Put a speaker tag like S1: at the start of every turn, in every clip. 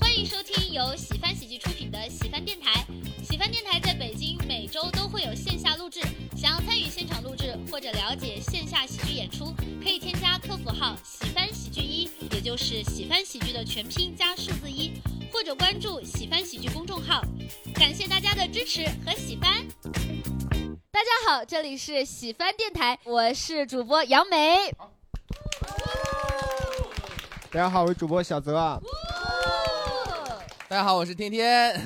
S1: 欢迎收听由喜翻喜剧出品的喜翻电台。喜翻电台在北京每周都会有线下录制，想要参与现场录制或者了解线下喜剧演出，可以添加客服号“喜翻喜剧一”，也就是喜翻喜剧的全拼加数字一，或者关注喜翻喜剧公众号。感谢大家的支持和喜翻。大家好，这里是喜翻电台，我是主播杨梅。
S2: 哦
S3: 大家好，我是主播小泽啊。
S2: 大家好，我是天天。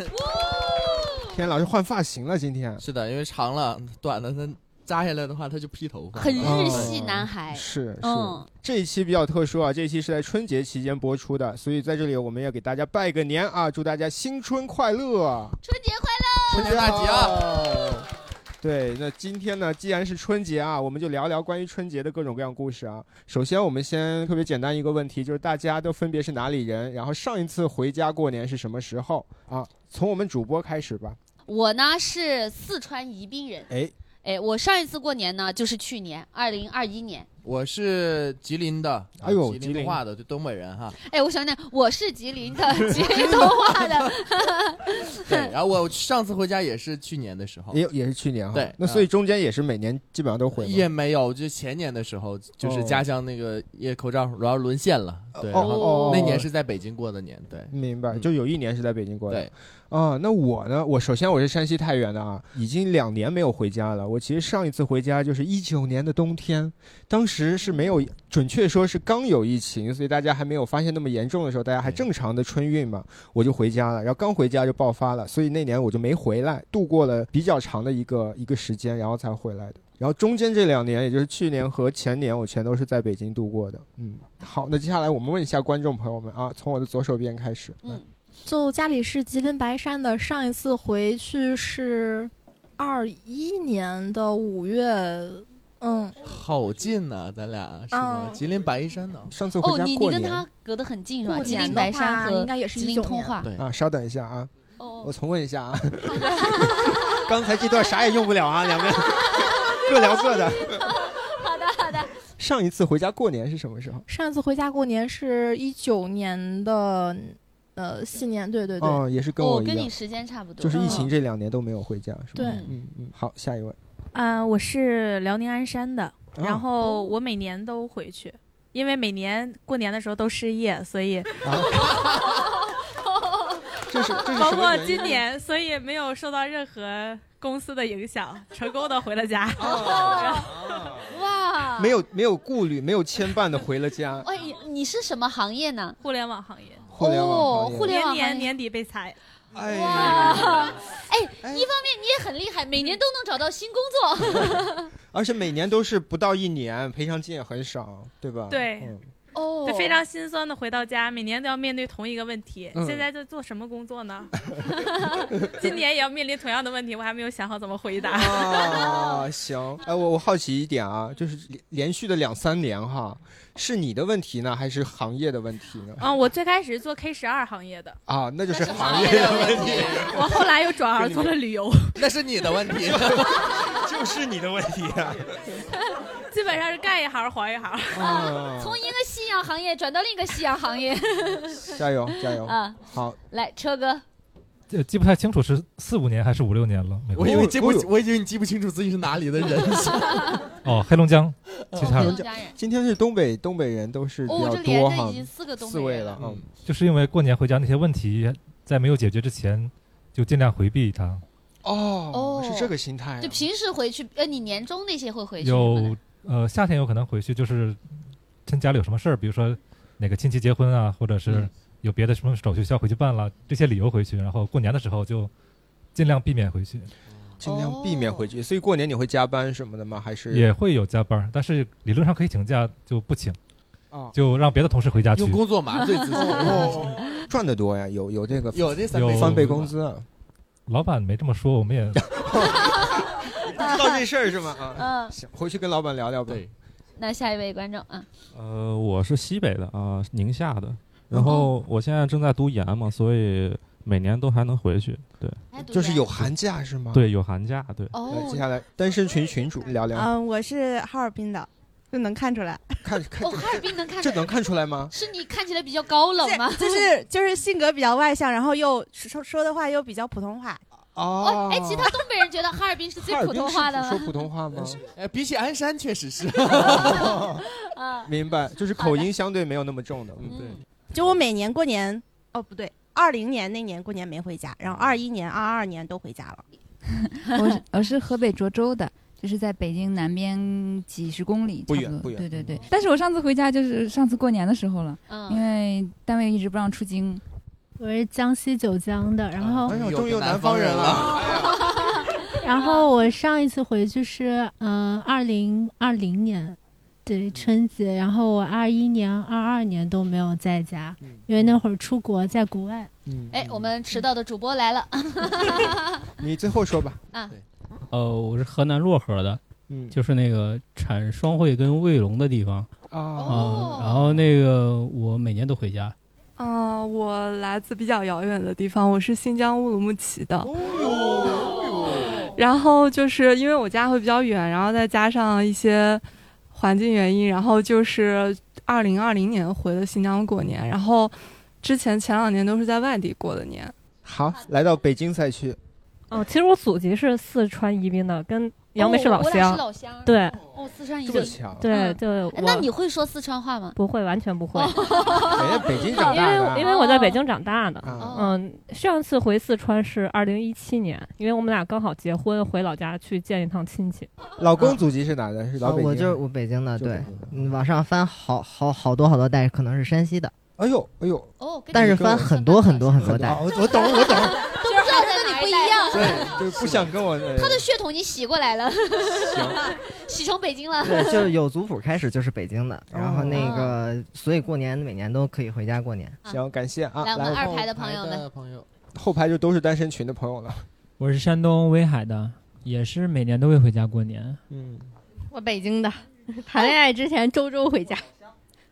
S3: 天，老师换发型了，今天
S2: 是的，因为长了，短的它扎下来的话，它就披头发。
S1: 很日系男孩，
S3: 是是、
S1: 嗯
S3: 这一期比较特殊啊，这一期是在春节期间播出的，所以在这里我们要给大家拜个年啊，祝大家新春快乐，
S1: 春节快
S3: 春
S2: 节大吉
S1: 哦
S3: 啊！对，那今天呢，既然是春节啊，我们就聊聊关于春节的各种各样故事啊。首先，我们先特别简单一个问题，就是大家都分别是哪里人，然后上一次回家过年是什么时候啊？从我们主播开始吧。
S1: 乐！我呢是四川宜宾人，
S3: 哎，
S1: 哎，我上一次过年呢就是去年二零二一年，
S2: 我是吉林的，啊
S3: 哎呦
S2: 吉林话的，就东北 人哈。
S1: 哎，我想想，我是吉林的，吉林通话的，
S2: 对，然后我上次回家也是去年的时候，
S3: 也也是去年哈。
S2: 对嗯啊
S3: 那所以中间也是每年基本上都回吗。
S2: 也没有，就前年的时候，就是家乡那个夜口罩，然后沦陷了。对，然后
S3: 哦
S2: 那年是在北京过的年，对。
S3: 明白，
S2: 嗯
S3: 就有一年是在北京过的。
S2: 对，
S3: 啊，那我呢？我首先我是山西太原的啊，已经两年没有回家了。我其实上一次回家就是一九年的冬天，当时是没有，准确说是刚有疫情，所以大家还没有发现那么严重的时候，大家还
S2: 对
S3: 正常的春运嘛，我就回家了。然后刚回家就爆发了，所以那年我就没回来，度过了比较长的一个一个时间，然后才回来的。然后中间这两年，也就是去年和前年，我全都是在北京度过的。嗯，好，那接下来我们问一下观众朋友们啊，从我的左手边开始。
S1: 嗯，
S4: 就家里是吉林白山的，上一次回去是二一年的五月，嗯，
S2: 好近呐、咱俩是吗？
S4: 嗯
S2: 吉林白衣山呢？
S3: 哦上次
S1: 哦，
S3: 回家
S1: 你你
S3: 过
S1: 跟
S3: 年。
S1: 他隔得很近是吧？
S4: 过
S1: 吉
S4: 年
S1: 林
S4: 的
S1: 白山
S4: 话
S1: 和
S4: 应该也是
S1: 吉林
S4: 19
S1: 通
S4: 年
S1: 话，
S2: 对
S3: 啊，稍等一下啊，我
S1: 哦，
S3: 重问一下啊。 刚才这段啥也用不了啊，两边各聊各的。
S1: 好的好的，
S3: 上一次回家过年是什么时候？
S4: 上一次回家过年是一九年的，呃，新年，对对对，
S3: 嗯，也是跟
S1: 我
S3: 一
S1: 哦跟你
S3: 样，
S1: 时间差不多，嗯
S3: 就是疫情这两年都没有回家，是吧？
S4: 对
S3: 嗯嗯。好，下一位。
S5: 啊、我是辽宁鞍山的，
S3: 啊
S5: 然后我每年都回去，因为每年过年的时候都失业，所以
S3: 这是这是
S5: 包
S3: 什么
S5: 括
S3: 原因啊
S5: 今年，所以没有受到任何公司的影响，成功的回了家。
S3: 哦
S1: 哇，
S3: 没有没有顾虑，没有牵绊的回了家。
S1: 哎，你你是什么行业呢？
S5: 互联网行业，
S3: 互联网行业
S1: 哦互联网行业
S5: 年年年底被裁，
S3: 哎呀，
S1: 哇， 哎，一方面你也很厉害，每年都能找到新工作。
S3: 而且每年都是不到一年，赔偿金也很少，对吧？
S5: 对
S3: 嗯
S1: 哦
S5: 就非常心酸的回到家，每年都要面对同一个问题。
S3: 嗯
S5: 现在在做什么工作呢？ 今年也要面临同样的问题，我还没有想好怎么回答。
S3: 啊，行，哎，我我好奇一点啊，就是连连续的两三年哈，是你的问题呢，还是行业的问题呢？
S5: 嗯，我最开始做 K 十二行业的，
S3: 啊，那就
S1: 那
S3: 是
S1: 是
S3: 行
S1: 行业
S3: 业
S1: 的
S3: 的
S1: 问
S3: 问
S1: 题
S3: 题，
S5: 我后来又转而做了旅 游。
S2: 那是你的问题。
S3: 就是你的问题啊。
S5: 基本上是干一行黄一行。
S3: 啊，
S1: 从一个夕阳行业转到另一个夕阳行业
S3: 加油加油！
S1: 啊！
S3: 好，
S1: 来，车哥，
S6: 呃，记不太清楚是四五年还是五六年了。美国
S2: 我以为记不
S3: 我有，
S2: 我以为你记不清楚自己是哪里的 人。
S6: 哦，黑龙江齐齐哈
S1: 黑
S6: 尔
S1: 龙，江人，
S3: 今天是东北东北人都是比
S1: 哦，
S3: 较
S1: 这连
S3: 多
S1: 着
S3: 哈
S1: 已，经四个东
S3: 四
S1: 北
S3: 位
S1: 人
S3: 了，嗯，
S6: 就是因为过年回家那些问题，在没有解决之前，就尽量回避它。
S3: 哦
S1: 哦
S3: 是这个心态啊，
S1: 就平时回去，呃，你年终那些会回去吗
S6: 有呃，夏天有可能回去，就是趁家里有什么事儿，比如说哪个亲戚结婚啊，或者是
S3: 嗯
S6: 有别的什么手续需要回去办了，这些理由回去，然后过年的时候就尽量避免回去，
S3: 尽量避
S1: 哦
S3: 免回去。所以过年你会加班什么的吗？还是
S6: 也会有加班儿，但是理论上可以请假，就不请，
S3: 啊？
S6: 就让别的同事回家去
S2: 用。工作麻醉自己。
S3: 哦，赚的多呀，有有这个
S2: 有这三
S6: 有
S2: 倍
S3: 翻倍工，资啊，
S6: 老板没这么说，我们也
S3: 不知道这事儿是吗？啊，
S1: 嗯，
S3: 行，回去跟老板聊聊吧。
S2: 对，
S1: 那下一位观众啊，
S7: 呃，我是西北的啊、宁夏的。
S3: 嗯
S7: 然后我现在正在读研嘛，所以每年都还能回去。对
S1: 来读
S3: 就是
S1: 呗
S3: 有寒假是吗？。
S7: 对，有寒假。对，
S3: 来，接
S1: 哦，
S3: 下来单身群群主聊聊
S8: 嗯，我是哈尔滨的，就能看出来。
S3: 看看
S1: 哦，哈尔滨能看出
S3: 这
S1: 来，
S3: 能看出来吗？
S1: 是你看起来比较高冷吗？
S8: 这就是就是性格比较外向，然后又说说的话又比较普通话。
S1: 哦
S3: 哦，，
S1: 哎，其他东北人觉得哈 尔滨是最
S3: 哈尔
S1: 普
S3: 滨
S1: 通
S3: 是
S1: 话的
S3: 说
S1: 吗？
S3: 普通话吗？
S2: 哎，比起鞍山确实是，
S1: 啊，
S3: 明白，就是口音相对没有那么重的。嗯
S1: 嗯，
S8: 就我每年过年，哦不对，二零年那年过年没回家，
S3: 嗯
S8: 然后二一年、二二年都回家了。
S9: 我是我是河北涿州的，就是在北京南边几十公里，
S3: 不
S9: 差
S3: 远
S9: 多
S3: 不远
S9: 对对对，但是我上次回家就是上次过年的时候了，因
S1: 嗯，
S9: 为单位一直不让出京。
S10: 我是江西九江的，然后
S3: 哎呦，
S2: 有
S3: 终于有
S2: 个
S3: 南
S2: 南
S3: 方
S2: 方
S3: 人
S2: 人
S3: 了。
S10: 然后我上一次回去是嗯二零二零年，
S3: 嗯
S10: 对春节，然后我二一年、二二年都没有在家，因为那会儿出国在国外。
S3: 嗯，
S1: 哎，我们迟到的主播来了，啊
S3: 你最后说吧。
S11: 呃，我是河南漯河的，
S3: 嗯，
S11: 就是那个产双汇跟卫龙的地方
S3: 啊，
S11: 啊、
S1: 哦
S11: 然后那个我每年都回家，
S8: 嗯、我来自比较遥远的地方，我是新疆乌鲁木齐的。然后就是因为我家会比较远，然后再加上一些环境原因，然后就是二零二零年回的新疆过年，然后之前前两年都是在外地过的年。
S3: 好，来到北京赛区，
S10: 哦，其实我祖籍是四川宜宾的，跟杨梅是
S1: 哦
S10: 老
S1: 我俩
S10: 乡
S1: 是，老乡，，
S10: 对
S1: 哦，四川宜
S3: 这么
S1: 宾，
S3: 强，
S10: 对
S1: 嗯
S10: 对，
S1: 哎那
S10: 我
S1: 你会哦说四川话吗？
S10: 不会完全不会，
S3: 人家北京长
S10: 因
S3: 大的
S10: 为因
S3: 啊
S10: 为我在北京长大的。
S3: 啊。
S1: 哦，
S10: 嗯，上次回四川是二零一七年，因为我们俩刚好结婚，回老家去见一趟亲戚。嗯
S3: 老公祖籍是哪的？是老北京。
S12: 啊我就是我北京的，
S3: 就北
S12: 对
S3: 京的，
S12: 你往嗯上翻好好好多好多代，可能是山西的，
S3: 哎呦哎呦，
S1: 哦，跟
S12: 但
S1: 你
S12: 是
S1: 跟我
S12: 翻
S1: 想
S12: 很
S1: 法
S12: 多
S1: 比较
S12: 很多很多
S3: 啊
S12: 代。
S3: 我我懂我懂，
S1: 像，都不知道在哪儿不一样，
S3: 对，就是不想跟我
S1: 他的血统已经洗过来了，
S3: 行，
S1: 洗成北京 了。
S12: 对，就是有族谱开始就是北京的，然后那
S1: 哦
S12: 个，所以过年每年都可以回家过年。
S3: 行，感谢啊，
S1: 来，我们二排的朋友
S2: 后排
S1: 们，
S2: 的朋友，
S3: 后排就都是单身群的朋友了。
S11: 我是山东威海的，也是每年都会回家过年。
S3: 嗯，
S8: 我北京的，谈恋爱之前周周回家。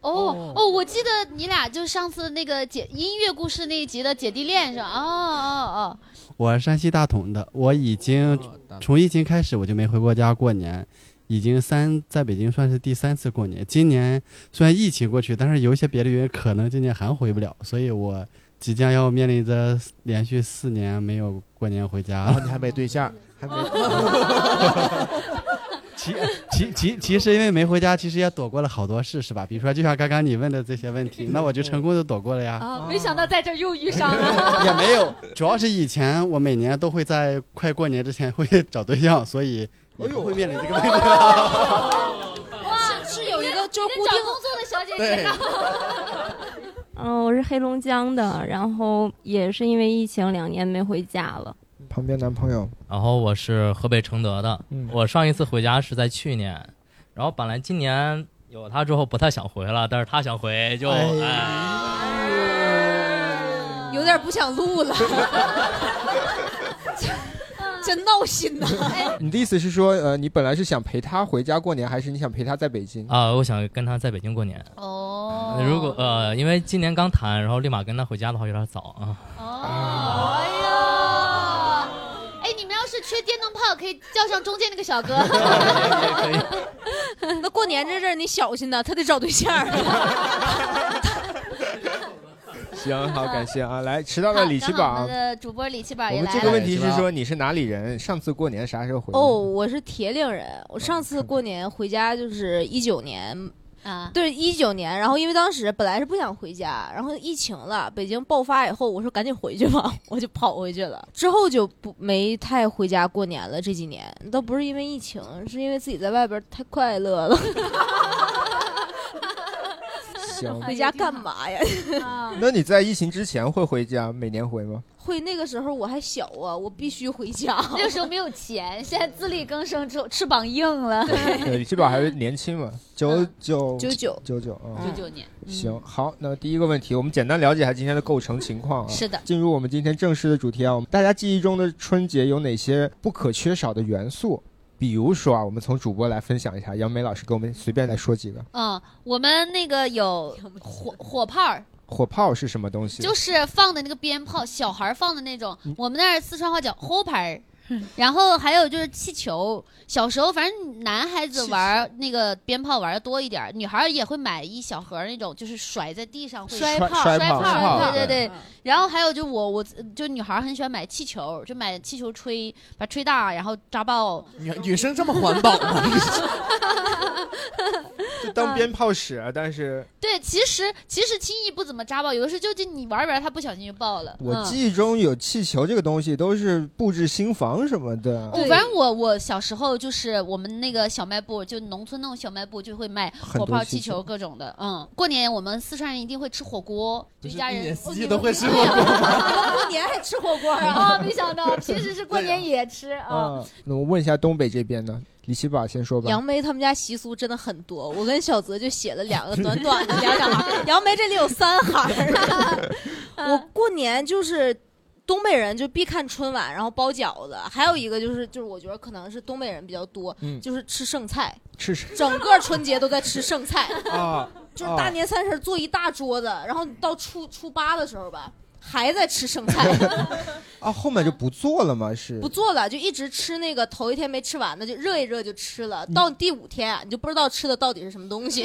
S1: 哦哦，我记得你俩就上次那个姐音乐故事那一集的姐弟恋是吧？哦哦
S13: 我是山西大同的，我已经
S2: 哦
S13: 从疫情开始我就没回过家过年，已经三在北京算是第三次过年。今年虽然疫情过去，但是有一些别的原因，可能今年还回不了，所以我即将要面临着连续四年没有过年回家
S2: 然后
S13: 了。
S2: 哦你还没对象，
S3: 还没
S13: 其其其其实因为没回家，其实也躲过了好多事，是吧？比如说就像刚刚你问的这些问题，那我就成功的躲过了呀。
S1: 哦，啊，没想到在这儿又遇上 了。
S13: 也没有，主要是以前我每年都会在快过年之前会 找对象，所以也
S2: 哎
S13: 不会面临这个问题。
S1: 哇，是有一个就固定找工作的小姐姐呢。
S14: 哦
S8: 嗯，我是黑龙江的，然后也是因为疫情两年没回家了。
S3: 旁边男朋友，
S11: 然后我是河北承德的，
S3: 嗯，
S11: 我上一次回家是在去年，然后本来今年有他之后不太想回了，但是他想回就
S13: 哎
S8: 有点不想录 了，真闹心呐！哎
S3: 你的意思是说，呃，你本来是想陪他回家过年，还是你想陪他在北京？
S11: 啊、我想跟他在北京过年。
S1: 哦，
S11: 如果呃，因为今年刚谈，然后立马跟他回家的话有点早啊。
S1: 哦，哎呀。哎，你们要是缺电灯泡，可以叫上中间那个小哥。
S8: 那过年这阵儿你小心呐，他得找对象。
S3: 行，好，感谢啊，来，迟到的李奇
S1: 刚好我
S3: 宝
S1: 们，的主播李奇宝
S3: 我
S1: 也
S3: 们
S1: 来
S3: 这个
S1: 了。
S3: 问题是说你是哪里人？上次过年啥时候回？
S8: 哦，，我是铁岭人，我上次过年回家就是一九年，
S1: 啊，
S8: 对一九年，然后因为当时本来是不想回家，然后疫情了，北京爆发以后，我说赶紧回去吧， 我就跑回去了，之后就不没太回家过年了。这几年倒不是因为疫情，是因为自己在外边太快乐了，
S3: 行。
S8: 回家干嘛呀？
S1: 啊
S3: 那你在疫情之前会回家，每年 回吗？
S8: 会那个时候我还小啊，我必须回家。
S1: 那个时候没有钱，现在自力更生之后翅膀硬了。
S3: 对李奇宝还是年轻嘛，九九
S8: 九九，
S3: 九九啊。
S1: 嗯九九年，嗯
S3: 行，好，那第一个问题，我们简单了解一下今天的构成情况啊。
S1: 是的，
S3: 进入我们今天正式的主题啊，我们大家记忆中的春节有哪些不可缺少的元素？比如说啊，我们从主播来分享一下，杨梅老师给我们随便来说几个。
S1: 嗯，我们那个有火火炮儿，
S3: 火炮是什么东西？
S1: 就是放的那个鞭炮，小孩儿放的那种
S3: 嗯，
S1: 我们那儿四川话叫火牌儿，然后还有就是气球，小时候反正男孩子玩儿那个鞭炮玩的多一点儿，女孩儿也会买一小盒儿那种，就是甩在地上会
S8: 摔
S1: 摔
S8: 炮摔
S1: 炮
S8: 炮嗯
S1: 儿，
S8: 对
S1: 对对对。然后还有就我我就女孩儿很喜欢买气球，就买气球吹，把它吹大然后扎爆。
S2: 女女生这么环保吗？
S3: 就当鞭炮使，啊但是
S1: 对，其实其实轻易不怎么扎爆，有的时候就就你玩儿玩儿，它不小心就爆了。
S3: 我
S1: 嗯
S3: 记忆中有气球这个东西，都是布置新房什么的。
S8: 呃
S1: 我反正我我小时候就是我们那个小卖部，就农村那种小卖部就会卖
S3: 很
S1: 火
S3: 多
S1: 炮、
S3: 气
S1: 气
S3: 球
S1: 球各种的。嗯，过年我们四川人一定会吃火锅，就一家人
S2: 一年四季
S1: 哦
S2: 都会吃火锅
S8: 过年还吃火锅
S1: 啊！没 想到平时是过年也吃啊。
S3: 啊，那我问一下东北这边呢，李奇宝先说吧。
S8: 嗯杨梅他们家习俗真的很多，我跟小泽就写了两个短短的两两行，杨梅这里有三行儿。
S1: 嗯
S8: 我过年就是东北人就必看春晚，然后包饺子，还有一个就是就是我觉得可能是东北人比较多，
S3: 嗯
S8: 就是吃剩菜，
S3: 吃吃
S8: 整个春节都在吃剩菜
S3: 啊，
S8: 就是大年三十儿做一大桌子，然后到初初八的时候吧，还在吃剩菜。
S3: 啊，后面就不做了吗？是
S8: 不做了，就一直吃那个头一天没吃完的，就热一热就吃了。到第五天啊，你就不知道吃的到底是什么东西。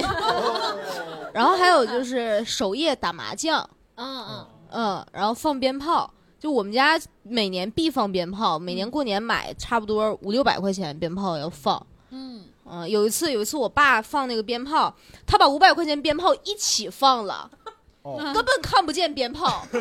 S8: 然后还有就是守夜打麻将，
S1: 嗯嗯，
S8: 嗯，然后放鞭炮。就我们家每年必放鞭炮，每年过年买差不多五六百块钱鞭炮要放。
S1: 嗯，
S8: 嗯，有一次有一次我爸放那个鞭炮，他把五百块钱鞭炮一起放了。根本看不见鞭炮，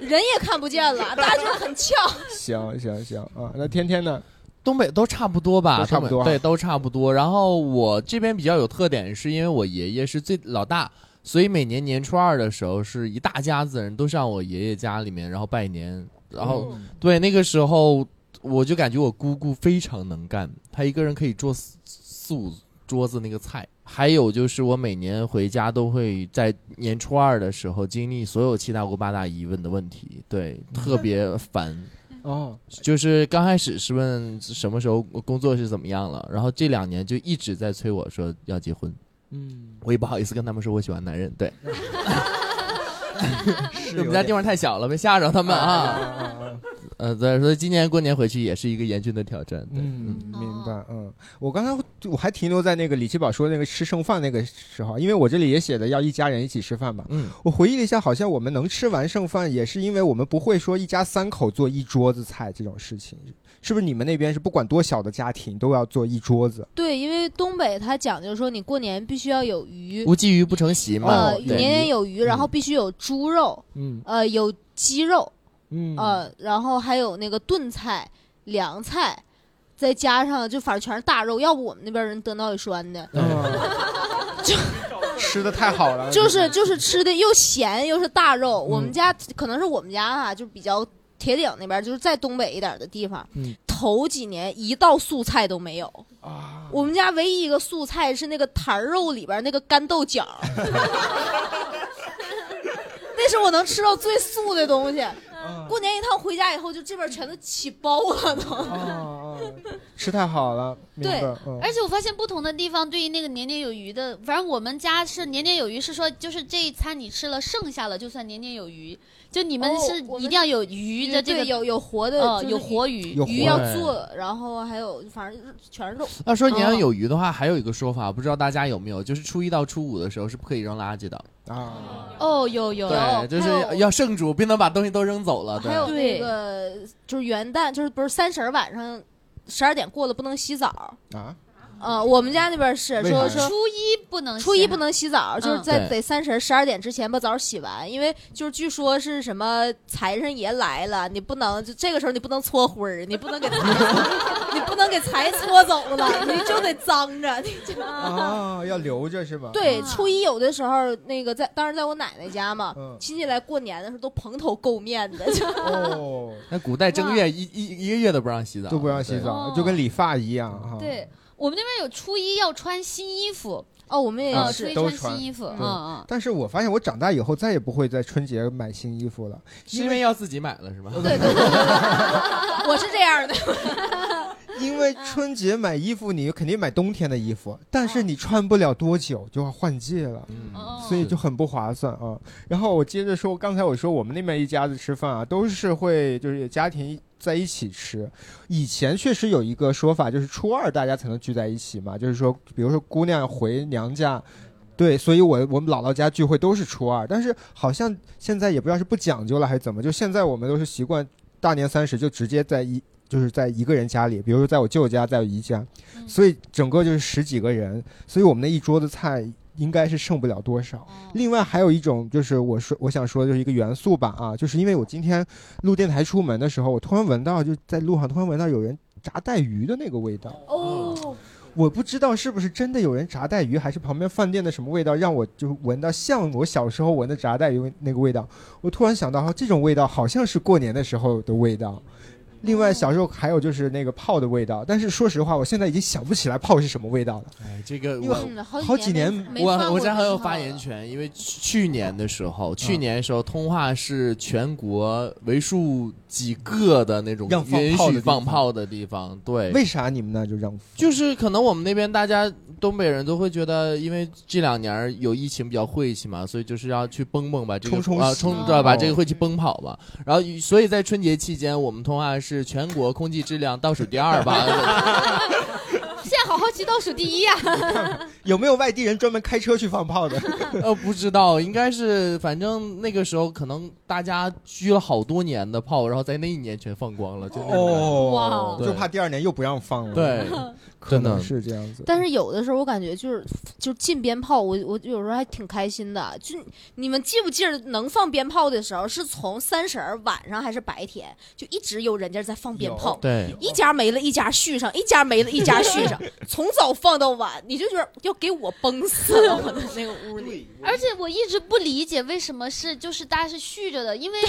S8: 人也看不见了，大家觉得很翘。
S3: 行行行啊，那天天呢？
S2: 东北都差不多吧，
S3: 都差不多啊
S2: 东北对，都差不多。然后我这边比较有特点，是因为我爷爷是最老大，所以每年年初二的时候，是一大家子人都上我爷爷家里面，然后拜年。然后、
S3: 嗯
S2: 对那个时候，我就感觉我姑姑非常能干，她一个人可以做四四五桌子那个菜。还有就是，我每年回家都会在年初二的时候经历所有七大姑八大姨问的问题，对，特别烦。
S3: 哦，
S2: 就是刚开始是问什么时候工作是怎么样了，然后这两年就一直在催我说要结婚，
S3: 嗯，
S2: 我也不好意思跟他们说我喜欢男人，对，
S3: 是
S2: 我们家地方太小了，别吓着他们啊。
S3: 啊，
S2: 呃，对，所以今年过年回去也是一个严峻的挑战。对，
S3: 嗯，明白。
S8: 哦
S3: 嗯，我刚才我还停留在那个李奇宝说那个吃剩饭那个时候，因为我这里也写的要一家人一起吃饭嘛。
S2: 嗯，
S3: 我回忆了一下，好像我们能吃完剩饭，也是因为我们不会说一家三口做一桌子菜这种事情，是不是？你们那边是不管多小的家庭都要做一桌子？
S8: 对，因为东北它讲究说你过年必须要有鱼，
S2: 无鲫鱼不成席嘛
S8: 呃，，
S2: 对
S8: 年年有余，然后必须有猪肉，
S3: 嗯
S8: 呃，有鸡肉，
S3: 嗯
S8: 呃，然后还有那个炖菜、凉菜，再加上就反正全是大肉，要不我们那边人得脑血栓的，
S3: 吃的太好了，
S8: 就是就是吃的又咸又是大肉。我
S3: 嗯
S8: 们家可能是我们家啊，就比较铁岭那边，就是在东北一点的地方，
S3: 嗯
S8: 头几年一道素菜都没有
S3: 啊。
S8: 我们家唯一一个素菜是那个坛儿肉里边那个干豆角儿， 那是我能吃到最素的东西。
S3: 嗯
S8: 过年一趟回家以后，就这边全都起包了都。
S3: 哦吃太好了，明白
S1: 对，
S3: 嗯
S1: 而且我发现不同的地方对于那个年年有余的，反正我们家是年年有余，是说就是这一餐你吃了剩下了就算年年有余，就你们
S8: 哦
S1: 是
S8: 我们
S1: 一定要有鱼的这个
S8: 对有有活的，
S1: 哦
S8: 就是
S1: 有活鱼
S2: 有活
S8: 鱼要
S2: 的
S8: 做，然后还有反正全是肉。哦
S2: 要说年
S8: 年
S2: 年有余的话，还有一个说法，不知道大家有没有，就是初一到初五的时候是不可以扔垃圾的。
S3: 啊，
S8: 哦，有有
S2: 对，就是要剩主，不能把东西都扔走了。对
S8: 还有那个就是元旦，就是不是三十儿晚上十二点过了不能洗澡。
S3: 啊，
S8: 呃，我们家那边是
S1: 为
S8: 说
S1: 啥
S8: 说
S1: 呀初一不能洗
S8: 初一不能洗澡，
S1: 嗯
S8: 就是在
S1: 对
S8: 得三十十二点之前把澡洗完，因为就是据说是什么财神爷来了，你不能就这个时候你不能搓灰儿，你不能给 你不能给财搓走了，你就得脏着，你就
S3: 啊，要留着是吧？哦
S8: 对，
S1: 啊
S8: 初一有的时候那个在，当时在我奶奶家嘛，
S3: 嗯
S8: 亲戚来过年的时候都蓬头垢面的，就、
S3: 哦，
S2: 那古代正月一一一个月都不让洗澡，
S3: 都不让洗澡，
S8: 哦
S3: 就跟理发一样哈。
S1: 对我们那边有初一要穿新衣服
S8: 哦，我们也
S1: 呃
S8: 是
S1: 初一
S3: 啊都
S1: 穿
S3: 穿
S1: 新衣服，嗯
S3: 对
S1: 嗯。
S3: 但是我发现我长大以后再也不会在春节买新衣服了，
S2: 是因为要自己买了是吧？
S8: 对对对，我是这样的。
S3: 因为
S1: 嗯
S3: 春节买衣服你肯定买冬天的衣服，但
S1: 嗯
S3: 是你穿不了多久就要换季了，
S1: 哦
S3: 所以就很不划算啊。然后我接着说，刚才我说我们那边一家子吃饭啊，都是会就是家庭在一起吃。以前确实有一个说法，就是初二大家才能聚在一起嘛，就是说，比如说姑娘回娘家。对，所以我我们姥姥家聚会都是初二，但是好像现在也不知道是不讲究了还是怎么，就现在我们都是习惯大年三十就直接在一就是在一个人家里，比如说在我舅家，在我姨家，所以整个就是十几个人，所以我们那一桌子菜应该是剩不了多少。另外还有一种就是我说我想说的就是一个元素吧啊，就是因为我今天录电台出门的时候，我突然闻到就在路上突然闻到有人炸带鱼的那个味道。
S8: 哦，
S3: 我不知道是不是真的有人炸带鱼，还是旁边饭店的什么味道让我就闻到像我小时候闻的炸带鱼那个味道。我突然想到，啊这种味道好像是过年的时候的味道。另外，小时候还有就是那个泡的味道，但是说实话，我现在已经想不起来泡是什么味道了。
S2: 哎，这个
S3: 因为
S2: 我
S3: 好好几年没
S2: 我
S3: 发
S2: 我
S3: 过
S2: 这还
S3: 这
S2: 有
S3: 套
S2: 发言权，因为去年的时候，
S3: 嗯
S2: 去年的时候，通化是全国为数几个的那种
S3: 让放
S2: 允
S3: 炮的
S2: 许
S3: 地
S2: 放
S3: 方
S2: 炮的地方。对，
S3: 为啥你们那就让
S2: 就是可能我们那边大家东北人都会觉得，因为这两年儿有疫情比较晦气嘛，所以就是要去蹦蹦吧，这个
S3: 冲冲
S2: 啊
S3: 喜
S2: 冲
S3: 哦
S2: 知道吧，这个会去奔跑嘛。然后所以在春节期间，我们通化是全国空气质量倒数第二吧。
S1: 嗯
S8: 现在好好奇倒数第一呀、
S3: 有没有外地人专门开车去放炮的？
S2: 呃，不知道，应该是反正那个时候可能大家狙了好多年的炮，然后在那一年全放光了，就那种感觉
S3: 哦，
S2: 对
S3: 就怕第二年又不让放了。
S2: 对，
S3: 可
S2: 真的
S3: 能是这样子。
S8: 但是有的时候我感觉就是就是禁鞭炮，我我有时候还挺开心的。就你们记不记得能放鞭炮的时候，是从三十儿晚上还是白天，就一直有人家在放鞭炮
S2: 有，对
S8: 一家没了一家续上，一家没了一家续 上，从早放到晚，你就觉得要给我崩死 了，我的那个屋里。
S1: 而且我一直不理解为什么是就是大家是续着的，因为因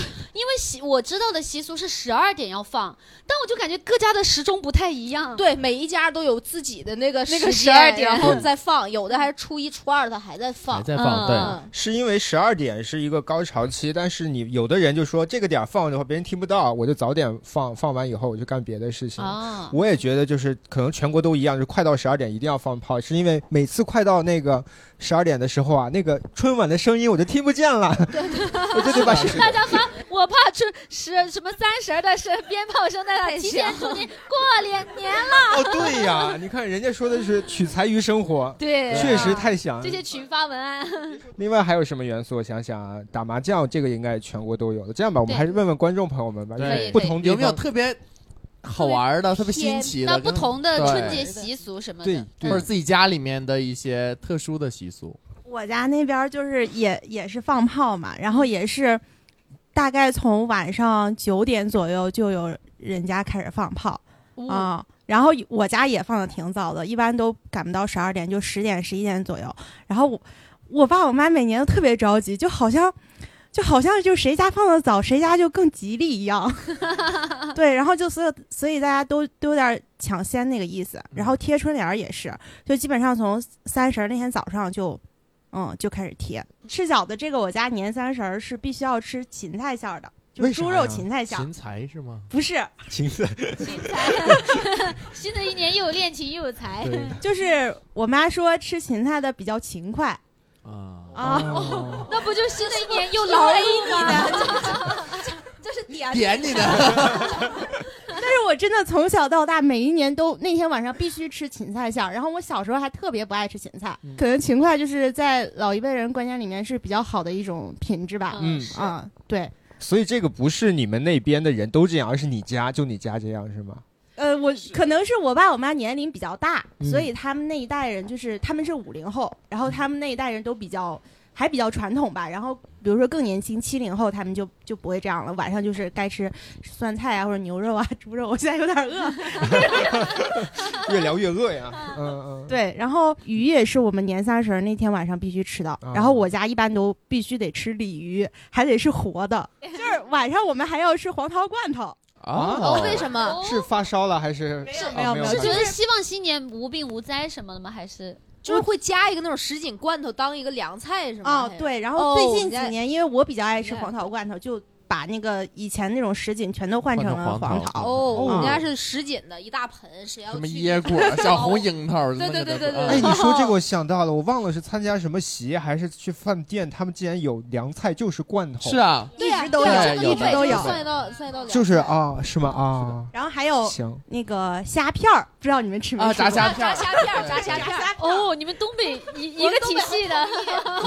S1: 为习我知道的习俗是十二点要放，但我就感觉各家的时钟不太一样。
S8: 对，每一家都有自己的那个
S1: 那个
S8: 时间
S1: 12点
S8: 然
S2: 嗯
S8: 后再放，有的还是初一、初二的还在放，
S3: 还在放对
S8: 嗯
S3: 是因为十二点是一个高潮期，但是你有的人就说这个点儿放的话，别人听不到，我就早点放，放完以后我就干别的事情。
S1: 啊
S3: 我也觉得就是可能全国都一样，就是快到十二点一定要放炮，是因为每次快到那个十二点的时候啊，那个春晚的声音我就听不见 了。
S1: 我
S3: 就得把时
S1: 大家发，我怕出十什么三十的是鞭炮声，大家提前祝您过年年了。
S3: 哦，对呀，你看人家说的是取材于生活，
S1: 对啊
S3: 确实太响。
S1: 这些群发文案，
S3: 另外还有什么元素？我想想啊，打麻将这个应该全国都有的。这样吧，我们还是问问观众朋友们吧，就是
S2: 对，
S3: 不同地
S2: 有没有
S3: 方
S2: 特别好玩的、特别新奇的？
S1: 那不
S2: 跟
S1: 同的
S2: 对
S1: 春节习俗什么的，
S2: 对，或者自己家里面的一些特殊的习俗。
S15: 我家那边儿就是也也是放炮嘛，然后也是大概从晚上九点左右就有人家开始放炮
S16: 哦
S15: 啊、然后我家也放的挺早的，一般都赶不到十二点，就十点十一点左右。然后我我爸我妈每年都特别着急，就好像就好像就谁家放的早，谁家就更吉利一 样。对，然后就所有，所以大家都都有点抢先那个意
S2: 嗯
S15: 思。然后贴春联儿也是，就基本上从三十儿那天早上就，嗯，就开始贴。吃饺子这个，我家年三十儿是必须要吃芹菜馅儿的，就
S2: 为
S15: 是
S2: 啥
S15: 猪肉
S2: 呀
S15: 芹菜馅儿
S2: 芹，菜是吗？
S15: 不是
S3: 芹菜，
S1: 新的一年又有恋情又有财，
S2: 对
S15: 就是我妈说吃芹菜的比较勤快。啊
S8: 嗯
S1: 哦 那不就新的一年又
S15: 老
S1: 劳
S15: 了
S1: 碌吗？
S8: 这是点
S2: 点你的。
S15: 但是我真的从小到大，每一年都那天晚上必须吃芹菜馅儿。然后我小时候还特别不爱吃芹菜，
S3: 嗯
S15: 可能勤快就是在老一辈人观念里面是比较好的一种品质吧。
S3: 嗯
S15: 啊，对。
S3: 所以这个不是你们那边的人都这样，而是你家就你家这样 是吗？
S15: 呃，我可能是我爸我妈年龄比较大，
S3: 嗯
S15: 所以他们那一代人就是他们是五零后，然后他们那一代人都比较还比较传统吧。然后比如说更年轻七零后，他们就就不会这样了，晚上就是该吃酸菜啊或者牛肉啊、猪肉。我现在有点饿。
S3: 越聊越饿呀。嗯嗯。
S15: 对，然后鱼也是我们年三十儿那天晚上必须吃的。然后我家一般都必须得吃鲤鱼，还得是活 的，就是晚上我们还要吃黄桃罐头。
S2: 啊
S3: 哦
S15: 为什么
S3: 是发烧了还是？
S15: 没有
S3: 哦
S15: 没有没有
S1: 是
S3: 就
S1: 觉得希望新年无病无灾什么的吗？还是
S8: 就是会加一个那种什锦罐头当一个凉菜是吗？
S15: 哦，对，然后最近几
S8: 哦
S15: 年，因为我比较爱吃
S8: 你
S15: 黄桃罐头，就把那个以前那种什锦全都换成了
S2: 换成黄桃
S15: 桃。
S8: 哦，我们
S15: 嗯
S8: 家是什锦的一大盆，谁要
S2: 什么
S8: 去
S2: 椰果、小红樱桃儿，
S8: 对对对对对
S3: 哎，你说这个我想到了，我忘了是参加什么席还是去饭店，他们竟然有凉菜，就是罐头。
S2: 是啊，
S3: 一
S15: 直都有，一直都有。
S8: 算到算到
S3: 就是啊，是吗？啊，
S15: 然后还有
S3: 行，
S15: 那个虾片儿，不知道你们吃没吃过？
S3: 啊炸虾片儿炸
S8: 虾片儿炸虾片 儿哦，你们东北一一个体系的，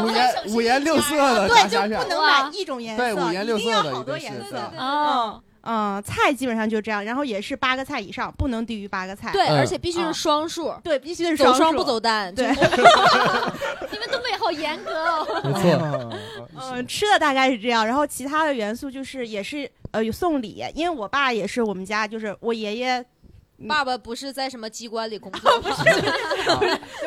S13: 五颜五颜六色的炸
S15: 对，就
S13: 虾片
S15: 不能买一种颜色，
S13: 对五颜六色
S15: 一定
S13: 的
S15: 要好多
S13: 一定
S15: 颜
S13: 是
S15: 色。
S13: 对
S15: 嗯嗯，菜基本上就这样，然后也是八个菜以上，不能低于八个菜。
S8: 对，而且必须是
S15: 嗯
S8: 双数，
S15: 对，必须是
S8: 走
S15: 双
S8: 双
S15: 数
S8: 不走单。
S15: 对，
S8: 你们东北好严格哦。
S3: 没错，
S15: 嗯，吃的大概是这样，然后其他的元素就是也是呃有送礼，因为我爸也是我们家，就是我爷爷
S8: 爸爸不是在什么机关里工作，不是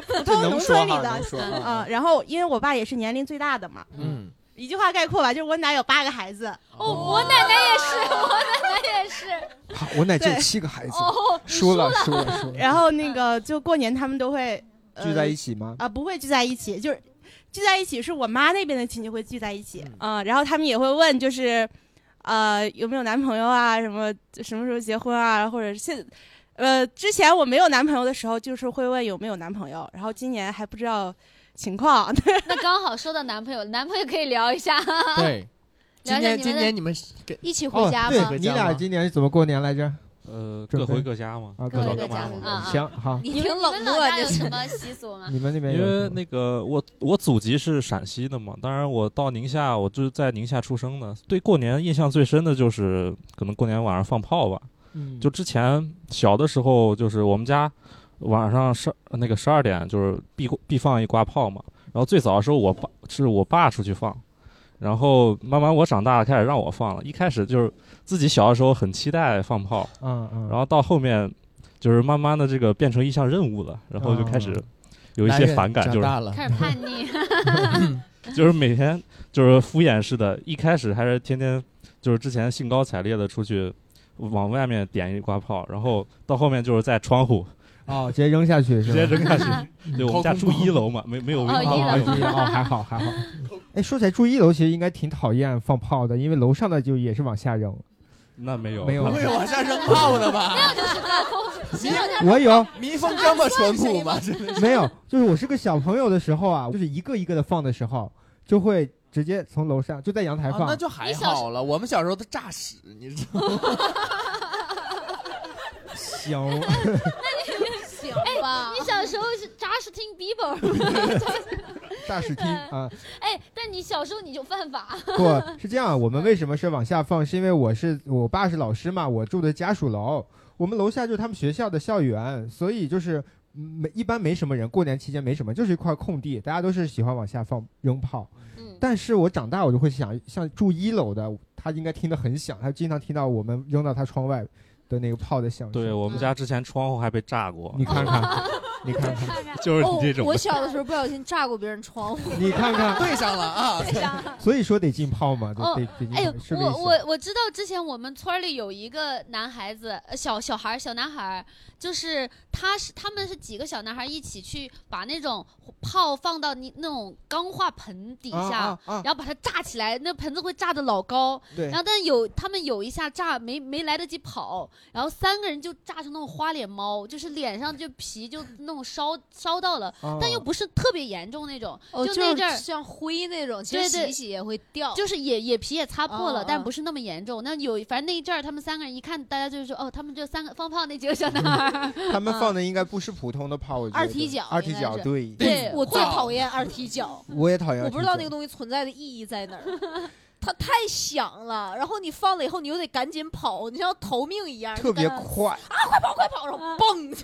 S15: 普通农村里
S8: 这能
S15: 的
S8: 说，哈能说
S15: 嗯，然后因为我爸也是年龄最大的嘛，
S2: 嗯，
S15: 一句话概括吧，就是我奶有八个孩子，
S8: 哦，我奶奶也是， 我奶奶也是。
S3: 好我奶只有
S15: 对
S3: 哎七个孩子
S15: 哦，你
S3: 输了输
S15: 输了
S3: 了输了，
S15: 然后那个就过年他们都会呃
S3: 聚在一起吗？
S15: 啊，不会聚在一起，就是聚在一起是我妈那边的亲戚会聚在一起
S3: 嗯
S15: 啊、然后他们也会问，就是呃有没有男朋友啊，什么什么时候结婚啊，或者现呃之前我没有男朋友的时候，就是会问有没有男朋友，然后今年还不知道情况，
S8: 那刚好说到男朋友，男朋友可以聊一下。
S1: 啊
S2: 对，
S8: 聊
S2: 今
S8: 一下
S2: 年今年你
S8: 们
S2: 们是给
S8: 一起回家
S3: 哦对
S8: 吗？，
S3: 你俩今年是怎么过年来着？
S7: 呃，
S3: 准
S7: 各
S3: 备
S7: 回各家嘛，
S3: 啊
S7: 各
S3: 回
S7: 走
S3: 各
S7: 妈
S3: 家
S7: 嘛
S3: 啊啊行好
S8: 你
S1: 你
S8: 挺
S1: 们
S8: 冷
S1: 老
S8: 漠啊，
S1: 家
S8: 这
S1: 有
S8: 是
S1: 什么习俗吗？
S3: 你们那边
S7: 因
S3: 有
S7: 为
S3: 什么
S7: 那个我我祖籍是陕西的嘛，当然 我到宁夏，我就是在宁夏出生的。对过年印象最深的就是可能过年晚上放炮吧。
S3: 嗯
S7: 就之前小的时候，就是我们家晚上十那个十二点就是必过必放一挂炮嘛。然后最早的时候，我爸是我爸出去放，然后慢慢我长大了开始让我放了。一开始就是自己小的时候很期待放炮，
S3: 嗯嗯，
S7: 然后到后面就是慢慢的这个变成一项任务了，然后就开始
S3: 哦
S7: 有一些反感，
S2: 男
S7: 就
S2: 人长
S7: 是
S2: 大了
S1: 开始叛逆，
S7: 就是每天就是敷衍式的，一开始还是天天就是之前兴高采烈的出去往外面点一挂炮，然后到后面就是在窗户
S3: 哦，直接扔下去是
S7: 直
S3: 吧？
S7: 接扔 下 去。对，我们家住一楼嘛，没没有
S3: 哦
S7: 卫
S3: 一楼
S7: 生
S3: 一
S7: 间，
S3: 楼哦还好还好。哎，说起来住一楼其实应该挺讨厌放炮的，因为楼上的就也是往下扔。
S7: 那没有
S3: 没有
S2: 会哎往下扔炮 的 吧？
S8: 那就是大风，谁让他
S3: 我有
S2: 民风这么淳朴吗？真的是
S3: 没有，就是我是个小朋友的时候啊，就是一个一个的放的时候，就会直接从楼上就在阳台
S2: 啊
S3: 放。
S2: 那就还好了。我们小时候都炸屎，你知道吗？
S3: 行，
S8: 行
S1: 哎
S8: 吧，？
S1: 你小时候是扎实听 Bieber，
S3: 大视听啊。
S1: 哎，但你小时候你就犯法，
S3: 不是这样，我们为什么是往下放？是因为我是我爸是老师嘛，我住的家属楼，我们楼下就是他们学校的校园，所以就是嗯没一般没什么人，过年期间没什么，就是一块空地，大家都是喜欢往下放扔炮。
S1: 嗯
S3: 但是我长大我就会想，像住一楼的，他应该听得很响，他经常听到我们扔到他窗外的那个炮的响声。
S7: 对我们家之前窗户还被炸过，
S1: 嗯
S3: 你看看， 你看看，
S7: 就是你这种
S8: 哦我小的时候不小心炸过别人窗户，
S3: 你看看
S2: 对上了啊！
S3: 所以说得禁炮嘛，得
S1: 哦
S3: 得得禁
S1: 哎呦
S3: 炮，是，不
S1: 我
S3: 是？
S1: 我我知道之前我们村儿里有一个男孩子，呃小小孩儿小男孩儿，就是他是他们是几个小男孩儿一起去把那种炮放到你那种钢化盆底下，
S3: 啊啊啊
S1: 然后把它炸起来，那盆子会炸的老高。
S3: 对
S1: 然后但有他们有一下炸没没来得及跑，然后三个人就炸成那种花脸猫，就是脸上就皮就那种烧烧到了，
S3: 啊
S8: 哦
S1: 但又不是特别严重那种，
S8: 哦，
S1: 那阵儿
S8: 是像灰那种，其实
S1: 对对
S8: 洗一洗也会掉。
S1: 就是也也皮也擦破了，
S8: 嗯嗯
S1: 但不是那么严重。那有反正那一阵儿，他们三个人一看，大家就是说，哦，他们这三个放炮那几个小男孩 儿，
S3: 他们放的应该不是普通的炮，我觉
S8: 嗯
S3: 得
S8: 二踢脚，
S3: 二踢
S8: 应
S3: 脚，
S8: 该是
S3: 对
S8: 对我最
S3: 我
S8: 讨厌二踢脚，
S3: 我也讨厌二踢脚
S8: 我不知道那个东西存在的意义在哪儿，它太响了，然后你放了以后，你又得赶紧跑，你像逃命一样，
S3: 特别
S8: 就赶紧
S3: 快，
S8: 啊，快跑快跑，然后嘣，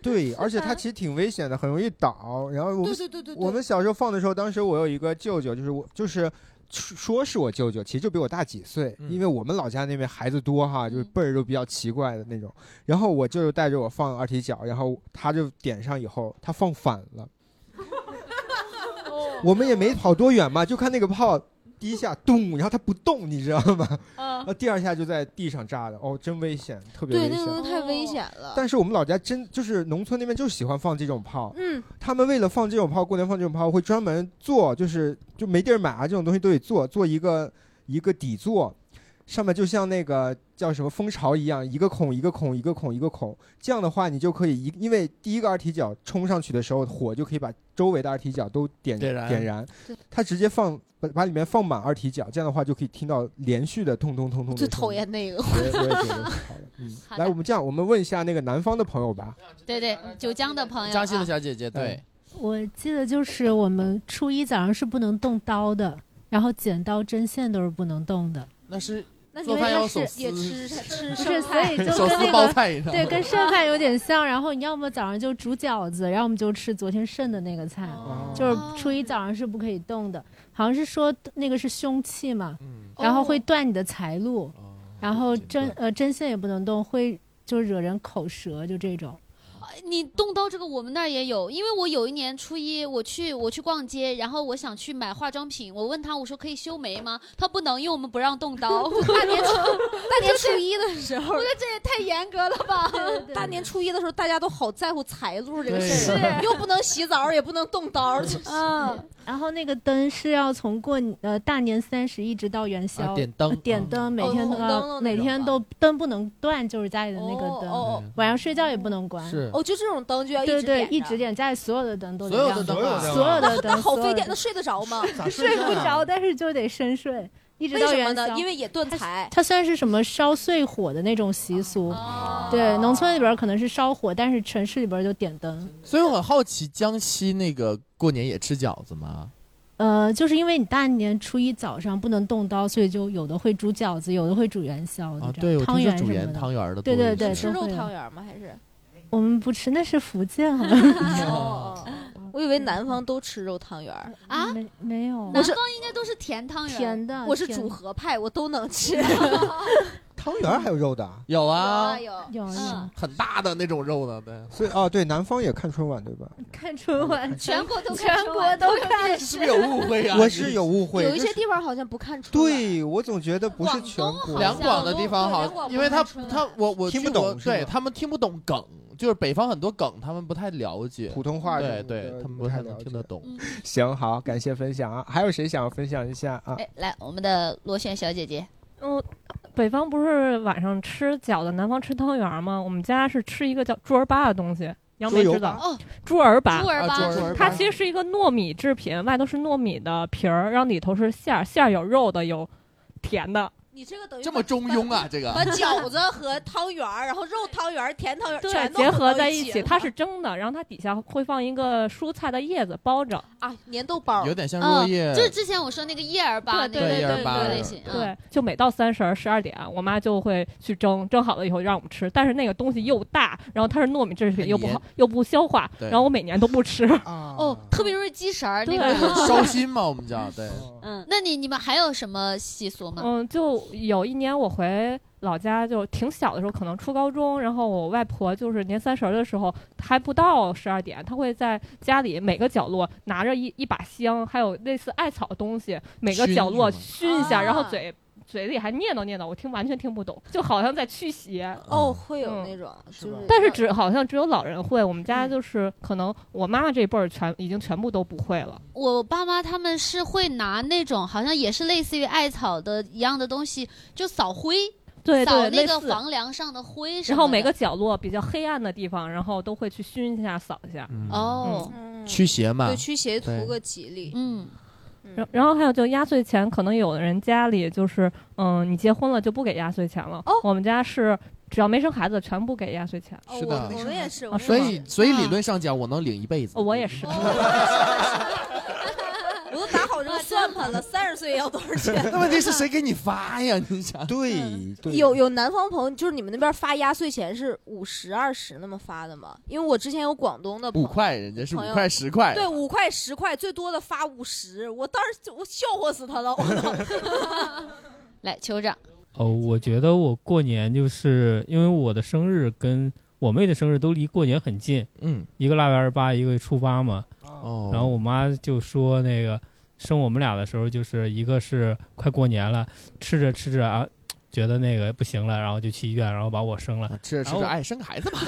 S3: 对，而且它其实挺危险的，很容易倒。然后我们
S8: 对对对对对
S3: 我们小时候放的时候，当时我有一个舅舅，就是我就是。说说是我舅舅，其实就比我大几岁，
S8: 嗯
S3: 因为我们老家那边孩子多哈，就是辈儿都比较奇怪的那种。然后我舅舅带着我放二踢脚，然后他就点上以后，他放反了，
S1: 嗯
S3: 我们也没跑多远嘛，就看那个炮第一下咚，然后它不动，你知道吗？
S8: 嗯
S3: 然后第二下就在地上炸的，哦，真危险，特别危
S8: 对，
S3: 险。
S8: 那个东西太危险了。
S3: 但是我们老家真就是农村那边就喜欢放这种炮，
S8: 嗯，
S3: 他们为了放这种炮，过年放这种炮会专门做，就是就没地儿买啊，这种东西都得做，做一个一个底座，上面就像那个叫什么蜂巢一样，一个孔一个孔一个孔一个孔。这样的话，你就可以一因为第一个二踢脚冲上去的时候，火就可以把周围的二踢脚都点
S2: 点燃对
S3: 它直接放把把里面放满二踢脚，这样的话就可以听到连续的痛痛痛痛的声
S8: 最
S3: 音。
S8: 讨厌那个。
S3: 我 也我也觉得挺好的。嗯，来，我们这样，我们问一下那个南方的朋友吧。
S1: 对对，九江的朋友、啊，
S2: 江西的小姐姐，对，
S10: 我记得就是我们初一早上是不能动刀的，然后剪刀、针线都是不能动的。
S2: 那是
S8: 那你
S2: 做
S8: 们
S2: 饭
S8: 要
S2: 要
S8: 是
S2: 手撕
S8: 也吃吃
S10: 不是，
S8: 剩
S10: 所以
S8: 菜
S10: 就跟
S2: 手撕
S10: 那
S2: 包
S10: 个
S2: 菜你知道
S10: 对
S2: 吗
S10: 跟剩饭有点像。然后你要么早上就煮饺子，然后我们就吃昨天剩的那个菜，
S2: 哦
S10: 就是初一早上是不可以动的。好像是说那个是凶器嘛，
S2: 哦
S10: 然后会断你的财路，然后针呃针线也不能动，会就惹人口舌，就这种。
S1: 你动刀这个我们那儿也有，因为我有一年初一我去我去逛街，然后我想去买化妆品，我问他我说可以修眉吗？他不能，因为我们不让动刀。
S8: 大年 初大年初一
S1: 的
S8: 时候
S1: 我觉得这也太严格了吧？
S8: 大年初一的时候，大家都好在乎财路这个事
S10: 对
S8: 儿，
S10: 是
S8: 又不能洗澡，也不能动刀，
S10: 嗯，然后那个灯是要从过呃大年三十一直到元宵、
S2: 啊点灯
S10: 呃点灯，每天都
S8: 哦红灯笼那
S10: 要
S8: 种
S10: 每天都灯不能断，就是家里的那个灯，嗯
S8: 哦
S10: 晚上睡觉也不能关。
S2: 是
S8: 哦，就这种灯就要一
S10: 对
S8: 直
S10: 对
S8: 点，着
S10: 一直点，家里所有的灯都得
S8: 所有
S10: 亮
S8: 的
S10: 着
S8: 灯啊
S10: 所有的
S8: 那
S10: 灯，
S8: 好
S10: 所有
S8: 费电，
S10: 的
S8: 那睡得着吗？
S10: 睡不着，但是就得深睡，一直
S8: 为
S10: 到
S8: 什么
S10: 元
S8: 呢？
S10: 宵。
S8: 因为也断财。
S10: 它虽然是什么烧碎火的那种习俗，
S8: 哦
S10: 对，农村里边可能是烧火，但是城市里边就点灯。
S2: 所以我很好奇，江西那个过年也吃饺子吗？
S10: 呃，就是因为你大年初一早上不能动刀，所以就有的会煮饺子，有的会煮元宵，
S2: 啊
S10: 就，这
S2: 对，
S10: 样
S2: 我
S10: 汤
S2: 听说
S10: 圆
S2: 煮
S10: 什
S2: 圆
S10: 么的。
S2: 汤圆儿的多
S10: 对
S2: 一些，
S10: 对对，
S8: 吃
S10: 都
S8: 肉
S10: 会有
S8: 汤圆儿吗？还是？
S10: 我们不吃，那是福建，好吧？
S8: 我以为南方都吃肉汤圆儿
S1: 啊，
S10: 嗯没没
S8: 哦
S10: 有，
S1: 南方应该都是甜汤圆，
S10: 甜的
S8: 我是
S10: 甜
S8: 主和派，我都能吃。
S3: 汤圆儿还有肉的啊，
S2: 有
S1: 哎
S2: 啊，
S8: 哦有
S10: 有
S1: 嗯
S10: 有，
S2: 很大的那种肉呢，对。
S3: 所以哦，对，南方也看春晚对吧？
S10: 看春晚，
S8: 全国都
S10: 全
S8: 看春
S10: 国
S8: 晚
S10: 都
S8: 都有
S10: 看，
S8: 电视是不是有误
S2: 会啊
S3: 我是有误会，
S8: 有一
S3: 就
S8: 些
S3: 是
S8: 地方好像不看春晚。
S3: 对我总觉得不是全国，
S2: 两广的地方
S8: 对两广
S2: 好，
S8: 不
S2: 因为他
S8: 太春
S2: 他我我
S3: 听不
S2: 去过
S3: 懂是
S2: 对
S3: 吧
S2: 他们听不懂梗，就是北方很多梗他们不太了解，
S3: 普通话
S2: 对
S3: 什么
S2: 对
S3: 的，
S2: 他们
S3: 不
S2: 不
S3: 太
S2: 太
S3: 了
S2: 能
S3: 解
S2: 听得懂。
S8: 嗯
S3: 行好，感谢分享啊！还有谁想要分享一下啊？
S16: 哎，来，我们的螺旋小姐姐，
S10: 哦
S14: 嗯，北方不是晚上吃饺子，南方吃汤圆儿吗？我们家是吃一个叫猪儿粑的东西，杨梅
S16: 猪油
S14: 知道
S16: 粑哦，
S14: 猪儿粑，
S16: 猪儿粑啊猪儿粑
S14: 它其实是一个糯米制品，外头是糯米的皮儿，然后里头是馅儿，馅儿有肉的，有甜的。
S8: 你这个等于
S2: 这么中庸啊，这个
S8: 把饺子和汤圆儿，然后肉汤圆儿、甜汤圆儿
S14: 对
S8: 全，
S14: 结合在
S8: 一
S14: 一起，它是蒸的，然后它底下会放一个蔬菜的叶子包着。
S8: 啊，粘豆包
S2: 有点像落叶
S1: 嗯，就是之前我说那个叶儿吧，那
S14: 对
S1: 个
S14: 对
S1: 那
S14: 对
S1: 个
S14: 对
S1: 类型，嗯
S14: 对，就每到三十十二点，我妈就会去蒸，蒸好了以后让我们吃。但是那个东西又大，然后它是糯米制品，又不好，又不消化，
S2: 对
S14: 然后我每年都不 吃。
S1: 哦，特别容易积食儿那
S14: 对
S1: 个。
S2: 嗯烧心嘛，我们叫对。
S3: 哦
S1: 嗯，那你你们还有什么习俗吗？
S14: 嗯，就有一年我回老家，就挺小的时候，可能初高中，然后我外婆就是年三十儿的时候还不到十二点，她会在家里每个角落拿着一一把香，还有类似艾草的东西，每个
S17: 熏
S14: 角落
S17: 是吗
S14: 熏一下，然后
S8: 啊
S14: 嘴。嘴里还念叨念叨，我听完全听不懂，就好像在驱邪。
S8: 哦，会有那种，就是
S14: 但是只好像只有老人会，我们
S1: 嗯
S14: 家就是可能我妈妈这一辈儿全已经全部都不会了。
S1: 我爸妈他们是会拿那种好像也是类似于艾草的一样的东西，就扫灰，
S14: 对对
S1: 扫那
S14: 类
S1: 个
S14: 似
S1: 房梁上的灰什么的
S14: 然后每个角落比较黑暗的地方，然后都会去熏一下、扫一下。
S17: 嗯
S1: 哦，
S2: 驱邪嘛，
S8: 嗯对驱邪图
S2: 对
S8: 个吉利。
S1: 嗯，
S14: 然然后还有就压岁钱，可能有的人家里就是，嗯，你结婚了就不给压岁钱了。我们家是只要没生孩子，全部给压岁钱。
S8: 哦
S2: 是
S8: 我
S2: 的
S8: 我们也是，我
S14: 啊
S8: 们
S2: 所
S8: 也
S2: 以
S8: 是
S2: 所以理论上讲，我能领一辈子。
S14: 哦我也是。
S8: 我都打好这个算盘了，三十岁要多少 钱？
S2: 那问题是谁给你发呀？你想嗯
S3: 对对
S8: 有有南方朋友，就是你们那边发压岁钱是五十二十那么发的吗？因为我之前有广东的朋
S2: 五
S8: 友
S2: 块，人家是五
S8: 朋友
S2: 块十块，
S8: 对，五块十块，最多的发五十，我当时就我笑话死他了。我 操
S1: 来酋长，
S17: 哦，我觉得我过年就是因为我的生日跟我妹的生日都离过年很近，
S2: 嗯，
S17: 一个腊月二十八，一个初八嘛。
S2: 哦
S17: 然后我妈就说那个生我们俩的时候，就是一个是快过年了，吃着吃着啊，觉得那个不行了，然后就去医院，然后把我生了。
S2: 吃着吃
S17: 然
S2: 着，
S17: 后
S2: 哎，生个孩子吧。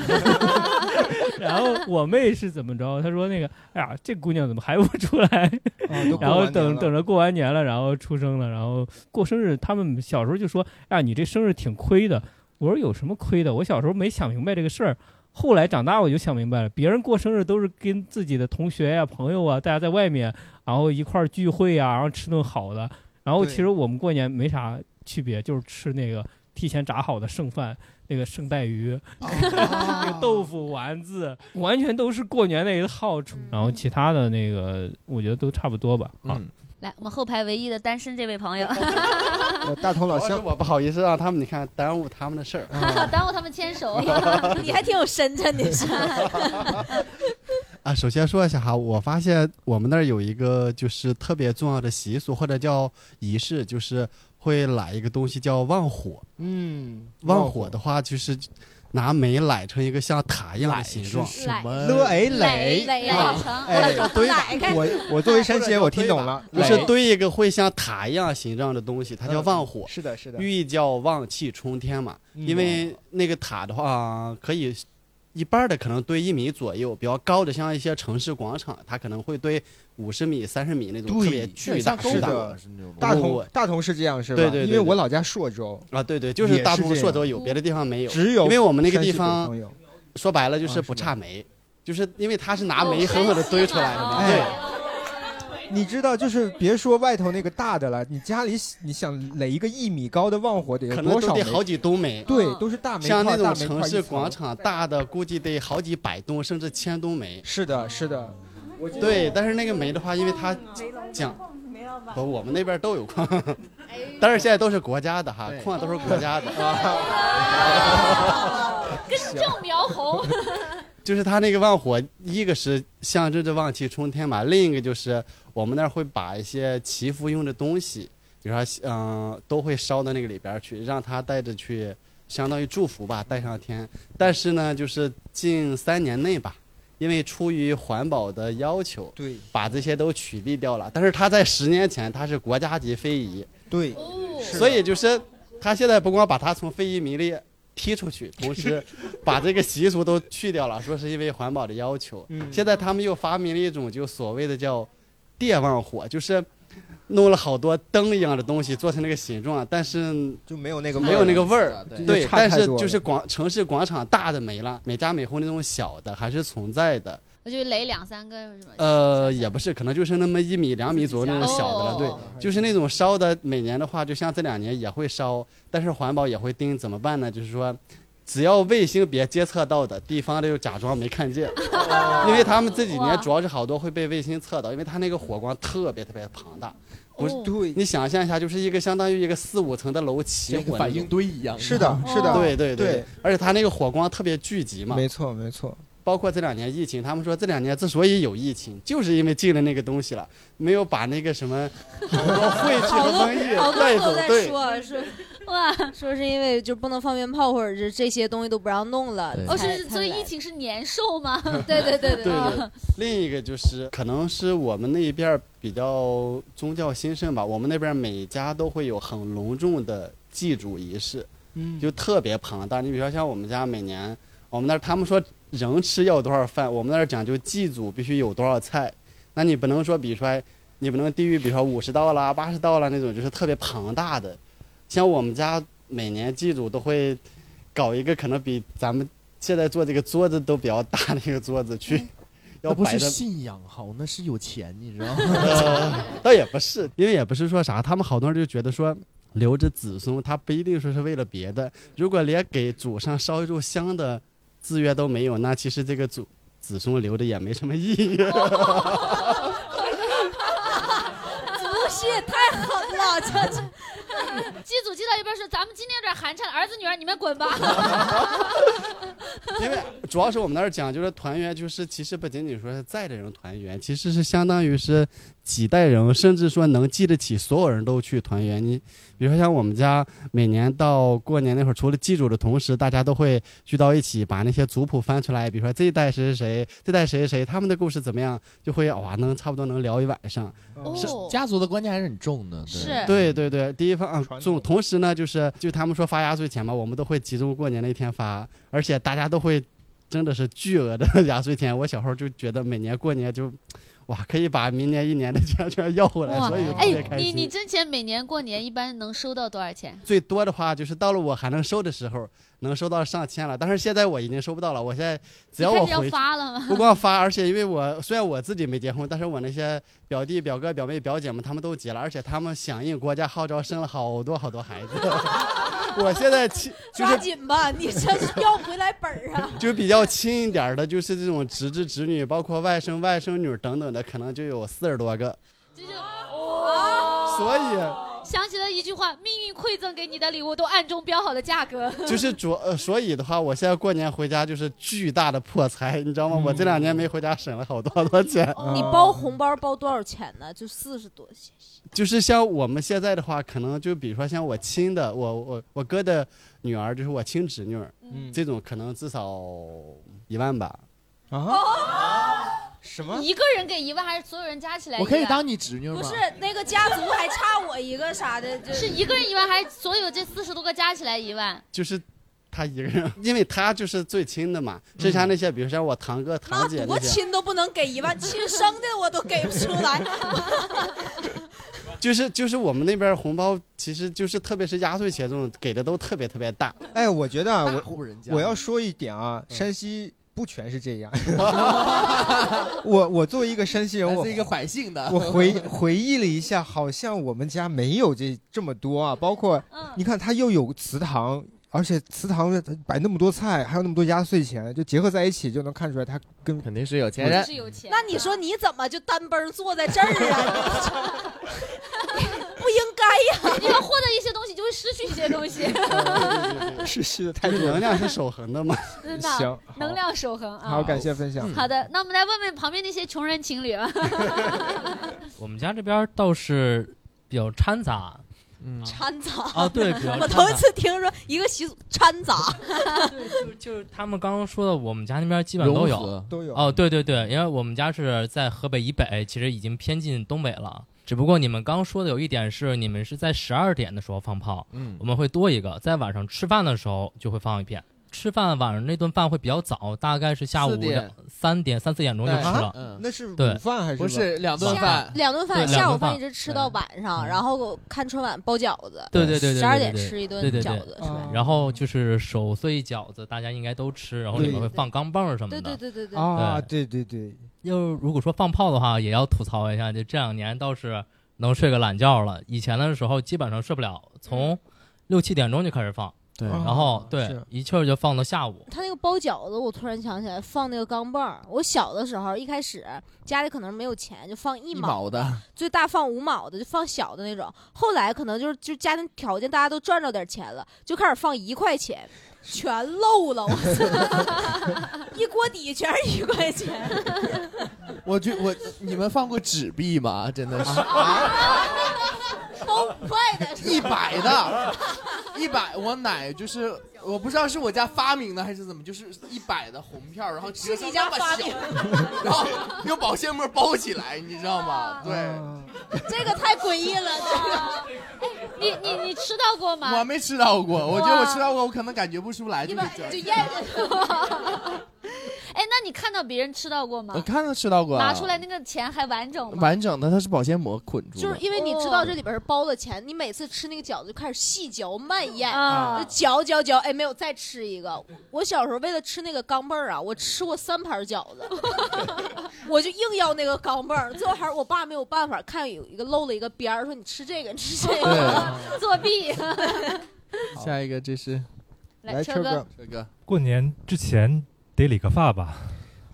S17: 然后我妹是怎么着？她说那个，哎呀，这姑娘怎么还不出来？
S3: 哦都过
S17: 然后
S3: 完年
S17: 等
S3: 了
S17: 等着过完年了，然后出生了，然后过生日，他们小时候就说：“哎呀，你这生日挺亏的。”我说：“有什么亏的？我小时候没想明白这个事儿。”后来长大我就想明白了，别人过生日都是跟自己的同学呀、朋友啊，大家在外面，然后一块儿聚会呀、然后吃顿好的。然后
S3: 对
S17: 其实我们过年没啥区别，就是吃那个提前炸好的剩饭，那个剩带鱼、那
S2: 哦
S17: 个豆腐丸子，完全都是过年那一套。然后其他的那个，我觉得都差不多吧。啊，
S1: 来，我们后排唯一的单身这位朋友，
S2: 嗯
S3: 大同老嗯
S13: 乡，我不好意思啊，他们你看耽误他们的事儿。
S1: 耽误他们牵手，
S8: 你还挺有深沉的 是。
S13: 啊，首先说一下哈，我发现我们那儿有一个就是特别重要的习俗或者叫仪式，就是会揽一个东西叫旺火。
S3: 嗯，
S13: 旺火的话就是拿煤揽成一个像塔一样的形状，
S3: 是什么勒哎垒垒
S13: 啊
S3: 垒成
S13: 哎
S3: 垒
S13: 堆
S3: 垒开我我作为山西人我听懂 了
S13: 不是
S3: 垒
S13: 堆一个会像塔一样形状的东西，它叫旺火，
S3: 嗯是的，是的，
S13: 寓意叫旺气冲天嘛。
S3: 嗯
S13: 因为那个塔的话，可以一般的可能堆一米左右，比较高的像一些城市广场，它可能会堆五十米、三十米那种特别巨大
S3: 是
S13: 的
S3: 的。，大同
S13: 我
S3: 大同是这样是吧？
S13: 对对对
S3: 因为我老家朔州
S13: 啊，对对，就是大同朔州有，别的地方没有。
S3: 只有
S13: 因为我们那个
S3: 山
S13: 地
S3: 西北啊
S13: 方
S3: 方有，
S13: 说白了就是不差煤，就是因为它是拿煤狠狠的堆出来的嘛。
S3: 哎
S13: 对，
S3: 你知道，就是别说外头那个大的了，你家里你想垒一个一米高的旺火得有
S13: 可能
S3: 多
S13: 都
S3: 少
S13: 得
S3: 煤？
S13: 好几吨煤。
S3: 对，都是大煤
S13: 像那
S3: 块
S13: 种
S3: 大煤块
S13: 城
S3: 一
S13: 市
S3: 层
S13: 广场大的，估计得好几百吨甚至千吨煤。
S3: 是的，是的。
S13: 对，但是那个煤的话，因为它讲，不，我们那边都有矿，但是现在都是国家的哈，矿都是国家的。
S1: 哎根正苗红。
S13: 就是它那个旺火，一个是象征着旺气冲天嘛，另一个就是我们那儿会把一些祈福用的东西，比如说嗯、都会烧到那个里边儿去，让它带着去，相当于祝福吧，带上天。但是呢，就是近三年内吧，因为出于环保的要求，
S3: 对，
S13: 把这些都取缔掉了。但是它在十年前它是国家级非遗，
S3: 对，
S13: 所以就是他现在不光把他从非遗名列踢出 去，同时把这个习俗都去掉了，说是因为环保的要求。
S3: 嗯
S13: 现在他们又发明了一种就所谓的叫电旺火，就是弄了好多灯一样的东西做成那个形状，但是
S3: 就没有那个味儿
S13: 没有那个味儿
S3: 了。对
S13: 对
S3: 就，差太
S13: 但是
S3: 多了
S13: 就是广城市广场大的没了，每家每户那种小的还是存在的。
S1: 我就垒两三个什么，
S13: 呃，也不是，可能就是那么一米、两米左右那种小的了。
S1: 哦
S13: 对，就是那种烧的，每年的话，就像这两年也会烧，但是环保也会盯，怎么办呢？就是说，只要卫星别监测到的地方，就假装没看 见，因为他们这几年主要是好多会被卫星测到，因为它那个火光特别特别庞大。不是，
S3: 对，
S13: 你想象一下，就是一个相当于一个四五层的楼起
S2: 像一个
S13: 火那
S2: 反
S13: 种
S2: 应堆一样
S3: 是
S13: 哦
S3: 的是的
S13: 对对
S3: 对，
S13: 而且它那个火光特别聚集嘛，
S3: 没错，没错。
S13: 包括这两年疫情，他们说这两年之所以有疫情，就是因为进了那个东西了，没有把那个什么好多晦气
S8: 好
S13: 的
S8: 多
S13: 瘟疫
S8: 好
S13: 带
S8: 多
S13: 走
S8: 都。在
S13: 对，
S8: 说说哇， 说是因为就不能放鞭炮或者是这些东西都不让弄了。
S13: 对
S1: 哦，
S8: 才
S1: 是所以疫情是年兽 吗？
S8: 对对对
S13: 对对。另一个就是，可能是我们那一边儿比较宗教兴盛吧，我们那边儿每家都会有很隆重的祭祖仪式，
S3: 嗯
S13: 就特别庞大。你比如说像我们家每年，我们那儿他们说人吃要多少饭，我们那儿讲究祭祖必须有多少菜，那你不能说比如说你不能低于比如说五十道啦、八十道啦那种，就是特别庞大的。像我们家每年祭祖都会搞一个可能比咱们现在做这个桌子都比较大的一个桌子去，要
S2: 那嗯不
S13: 摆
S2: 是
S13: 的
S2: 信仰好，那是有钱，你知道
S13: 呃
S2: 吗？
S13: 倒也不是，因为也不是说啥，他们好多人就觉得说。留着子孙，他不一定说是为了别的。如果连给祖上烧一炷香的资源都没有，那其实这个祖子孙留着也没什么意义。
S8: 不是太狠了，这 这。
S1: 祭祖祭到一半说：“咱们今天有点寒碜，儿子女儿你们滚 吧。
S13: 因为主要是我们那儿讲，就是团圆，就是其实不仅仅说是在的人团圆，其实是相当于是几代人，甚至说能记得起所有人都去团圆。你比如说像我们家，每年到过年那会儿，除了祭祖的同时，大家都会聚到一起，把那些族谱翻出来，比如说这一代谁谁谁，这代谁谁谁，他们的故事怎么样，就会哇，能差不多能聊一晚上。
S2: 是家族的观念还是很重的，
S13: 是对对对，第一方啊，重。同时呢，就是就他们说发压岁钱嘛，我们都会集中过年那天发，而 且大家都会真的是巨额的压岁钱。我小时候就觉得每年过年就。哇，可以把明年一年的钱 全要回来，
S1: 哇
S13: 所以，特别
S1: 哎，
S13: 开
S1: 你你
S13: 心。
S1: 之前每年过年一般能收到多少钱？
S13: 最多的话就是到了我还能收的时候，能收到上千了。但是现在我已经收不到了，我现在只要
S1: 你
S13: 我
S1: 开始要
S13: 回去，
S1: 发了吗？
S13: 不光发，而且因为我虽然我自己没结婚，但是我那些表弟、表哥、表妹、表姐们他们都结了，而且他们响应国家号召生了好多好多孩子。我现在亲就是
S8: 抓紧吧，你这是要回来本儿 啊！
S13: 就比较亲一点儿的，就是这种侄子侄女，包括外甥外甥女等等的，可能就有四十多 个。所以
S1: 想起了一句话：命运馈赠给你的礼物都暗中标好了价格。
S13: 就是主、呃，所以的话，我现在过年回家就是巨大的破财，你知道吗？我这两年没回家，省了好多好多钱。
S8: 嗯
S2: 哦
S8: 你包红包包多少钱呢？就四十多，
S13: 就是像我们现在的话，可能就比如说像我亲的，我我我哥的女儿，就是我亲侄女儿，
S8: 嗯
S13: 这种可能至少一万吧。
S3: 啊？
S13: 什
S1: 一个人给一万，还是所有人加起来？
S13: 我可以当你侄女吗
S8: 不是那个家族还差我一个啥的，就是
S1: 一个人一万，还是所有这四十多个加起来一万？
S13: 就是他一个人，因为他就是最亲的嘛。剩下那些，比如像我堂哥、堂姐
S8: 多
S13: 那些，
S8: 亲都嗯不能给一万，亲生的我都给不出 来。
S13: 就是就是我们那边红包，其实就是特别是压岁钱这种给的都特别特别大。
S3: 哎，我觉得啊， 我
S13: 户人家
S3: 我要说一点啊，
S2: 嗯
S3: 山西不全是 这样。 我我作为一个山西人，我
S2: 是一个百姓 的。
S3: 我回 回忆了一下，好像我们家没有这这么多啊。包括
S8: 嗯
S3: 你看，它又有祠堂，而且祠堂它摆那么多菜，还有那么多压岁钱，就结合在一起，就能看出来它跟
S2: 肯定是有
S8: 我就是有钱。那你说你怎么就单奔坐在这儿 啊？不应该呀！
S1: 你要获得一些东西，就会失去一些东 西。
S3: 是是的，太
S13: 就是能量是守恒的嘛。
S1: 真的，
S3: 行，
S1: 能量守恒啊！
S3: 好，感谢分享。
S11: 嗯
S1: 好的，那我们来问问旁边那些穷人情 侣啊。
S11: 我们家这边倒是比较掺杂，嗯，
S8: 掺杂
S11: 啊对比较
S8: 我
S11: 掺杂
S8: 头一次听说一个习俗掺杂，
S11: 就是他们刚刚说的，我们家那边基本上都
S2: 融合
S11: 有，
S3: 都有
S11: 哦，对对对，因为我们家是在河北以北，其实已经偏近东北
S2: 嗯
S11: 了。只不过你们刚说的有一点是，你们是在十二点的时候放炮，
S2: 嗯
S11: 我们会多一个，在晚上吃饭的时候就会放一遍。吃饭晚上那顿饭会比较早，大概是下午
S2: 四点
S11: 两三点三四点钟就吃
S2: 对
S11: 了。
S2: 嗯
S3: 啊那是
S11: 对
S3: 午饭还是
S2: 不是两顿饭
S8: 两顿饭，
S11: 对
S8: 下
S11: 两
S8: 午
S11: 顿
S8: 饭
S11: 饭
S8: 一直吃到晚上，然后看春晚包饺子，
S11: 对对对对对对，
S8: 十二点吃一顿
S11: 对对对
S8: 饺子，是
S2: 哦
S8: 吧？
S11: 然后就是手碎饺子，大家应该都吃，然后里面会放钢镚儿什么的。
S8: 对对对对对
S3: 啊，对对对，
S11: 要如果说放炮的话，也要吐槽一下，就这两年倒是能睡个懒觉了。以前的时候基本上睡不了，从
S3: 嗯
S11: 六七点钟就开始放，
S2: 对
S11: 然后对
S3: 哦
S2: 是
S11: 一气儿就放到下午。
S8: 他那个包饺子，我突然想起来放那个钢镚儿。我小的时候一开始家里可能没有钱，就放一
S2: 一毛的，
S8: 最大放五毛的，就放小的那种。后来可能就是就家庭条件，大家都赚着点钱了，就开始放一块钱，全漏了，我操， 一锅底全是
S3: 哦
S8: 一块钱。
S2: 我觉我你们放过纸币吗？真的是
S8: 包五块的，
S2: 一百的，一百。我奶就是我不知道是我家发明的还是怎么，就是一百的红票，然后折
S8: 是
S2: 成
S8: 你家
S2: 那么
S8: 发
S2: 小
S8: 明，
S2: 然后用保鲜膜包起来，你知道吗？对，
S8: 这个太诡异了，这个。
S1: 哎你你你吃到过吗？
S2: 我没吃到过，我觉得我吃到过，我可能感觉不出来，
S1: 一
S2: 就是
S1: 般
S2: 这
S1: 就
S2: 样。
S1: 咽着。 哎，那你看到别人吃到过吗
S2: 我？看到吃到过，啊
S1: 拿出来那个钱还完整吗？
S2: 完整的，它是保鲜膜捆住的，
S8: 就是因为你知
S1: 哦
S8: 道这里边是包了钱，你每次吃那个饺子就开始细嚼慢咽，
S1: 啊
S8: 就嚼嚼嚼，哎，没有再吃一个。我小时候为了吃那个钢镚儿啊，我吃过三盘饺子，我就硬要那个钢镚儿，最后还是我爸没有办法，看有一个漏了一个边儿，说你吃这个，你吃这个，
S2: 对
S8: 作弊。
S2: 下一个这是
S8: 来来车车哥，
S2: 车哥
S6: 过年之前得理个发吧？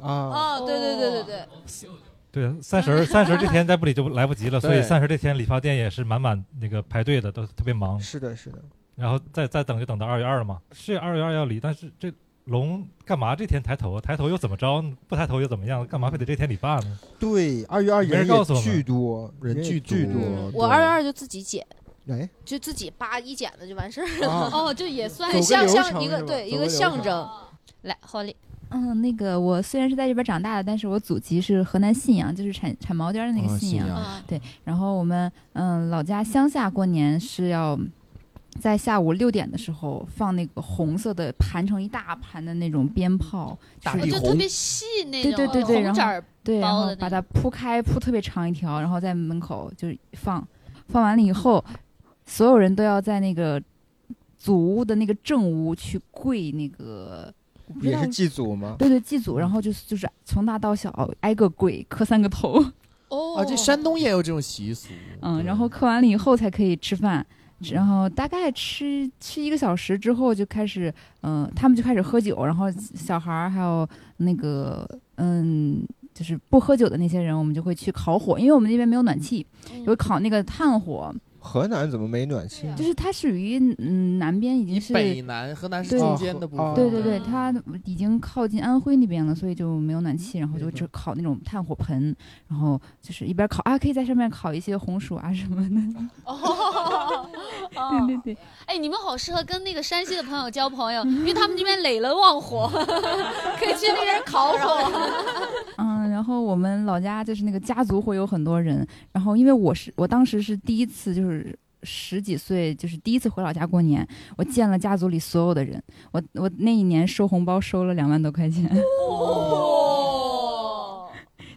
S3: 啊，
S8: 哦，对对对对对，
S17: 哦
S6: 对，三十三十这天再不理就来不 及了，所以
S3: 对
S6: 三十这天理发店也是满满那个排队的，都特别忙。
S3: 是的，是的。
S6: 然后再再等就等到二月二了嘛，是二月二要理，但是这龙干嘛这天抬头啊？抬头又怎么着？不抬头又怎么样？干嘛非得这天理发呢？
S3: 对，二月二
S6: 没
S3: 人
S6: 人告诉
S3: 也
S6: 我们
S3: 巨多，
S2: 人
S3: 也
S2: 巨
S3: 巨
S2: 多
S3: 多。
S8: 我
S3: 对
S8: 二月二就自己剪，
S3: 哎，
S8: 就自己扒一剪子就完事儿了。
S3: 啊
S1: 哦，就也算
S8: 对
S1: 像
S8: 像
S1: 像
S8: 像一个对一个象征。
S16: 来，好嘞，
S9: 嗯，那个我虽然是在这边长大的，但是我祖籍是河南信阳，就是产产毛尖儿的那个
S16: 哦信
S9: 阳。
S16: 阳
S9: 嗯对，然后我们嗯老家乡下过年是要在下午六点的时候放那个红色的盘成一大盘的那种鞭炮，
S2: 大
S9: 是哦
S2: 地
S9: 对
S2: 就特红别
S16: 细那
S9: 对对
S16: 种
S9: 对对，
S16: 红
S9: 然
S16: 纸
S9: 后
S16: 儿
S9: 对，然
S16: 包
S9: 后
S16: 的
S9: 把它铺开铺特别长一条，然后在门口就是放，放完了
S16: 嗯
S9: 以后，所有人都要在那个祖屋的那个正屋去跪那个。我不知
S3: 也
S9: 道
S3: 是祭祖吗？
S9: 对对，祭
S2: 嗯
S9: 祖，然后就是就是从大到小挨个跪，磕三个头，
S16: 哦
S2: 啊，这山东也有这种习俗，
S9: 嗯，然后磕完了以后才可以吃饭，然后大概吃吃一个小时之后就开始，嗯、他们就开始喝酒，然后小孩儿还有那个嗯。就是不喝酒的那些人，我们就会去烤火，因为我们那边没有暖气，有烤那个炭火，
S3: 河南怎么没暖气？啊
S9: 就是它属于嗯南边已经是
S2: 北南河南是
S9: 对
S2: 中间的部分
S9: 对对对，它已经靠近安徽那边了，所以就没有暖气，然后就只烤那种炭火盆，然后就是一边烤啊，可以在上面烤一些红薯啊什么的。
S16: 哦，
S9: 对对嗯对，
S16: 哎，你们好适合跟那个山西的朋友交朋友，因为他们这边垒了旺火， 可以去那 边烤火。
S9: 嗯，然后我们老家就是那个家族会有很多人，然后因为我是我当时是第一次就是。十几岁就是第一次回老家过年，我见了家族里所有的人。我我那一年收红包收了两万多块钱， 哦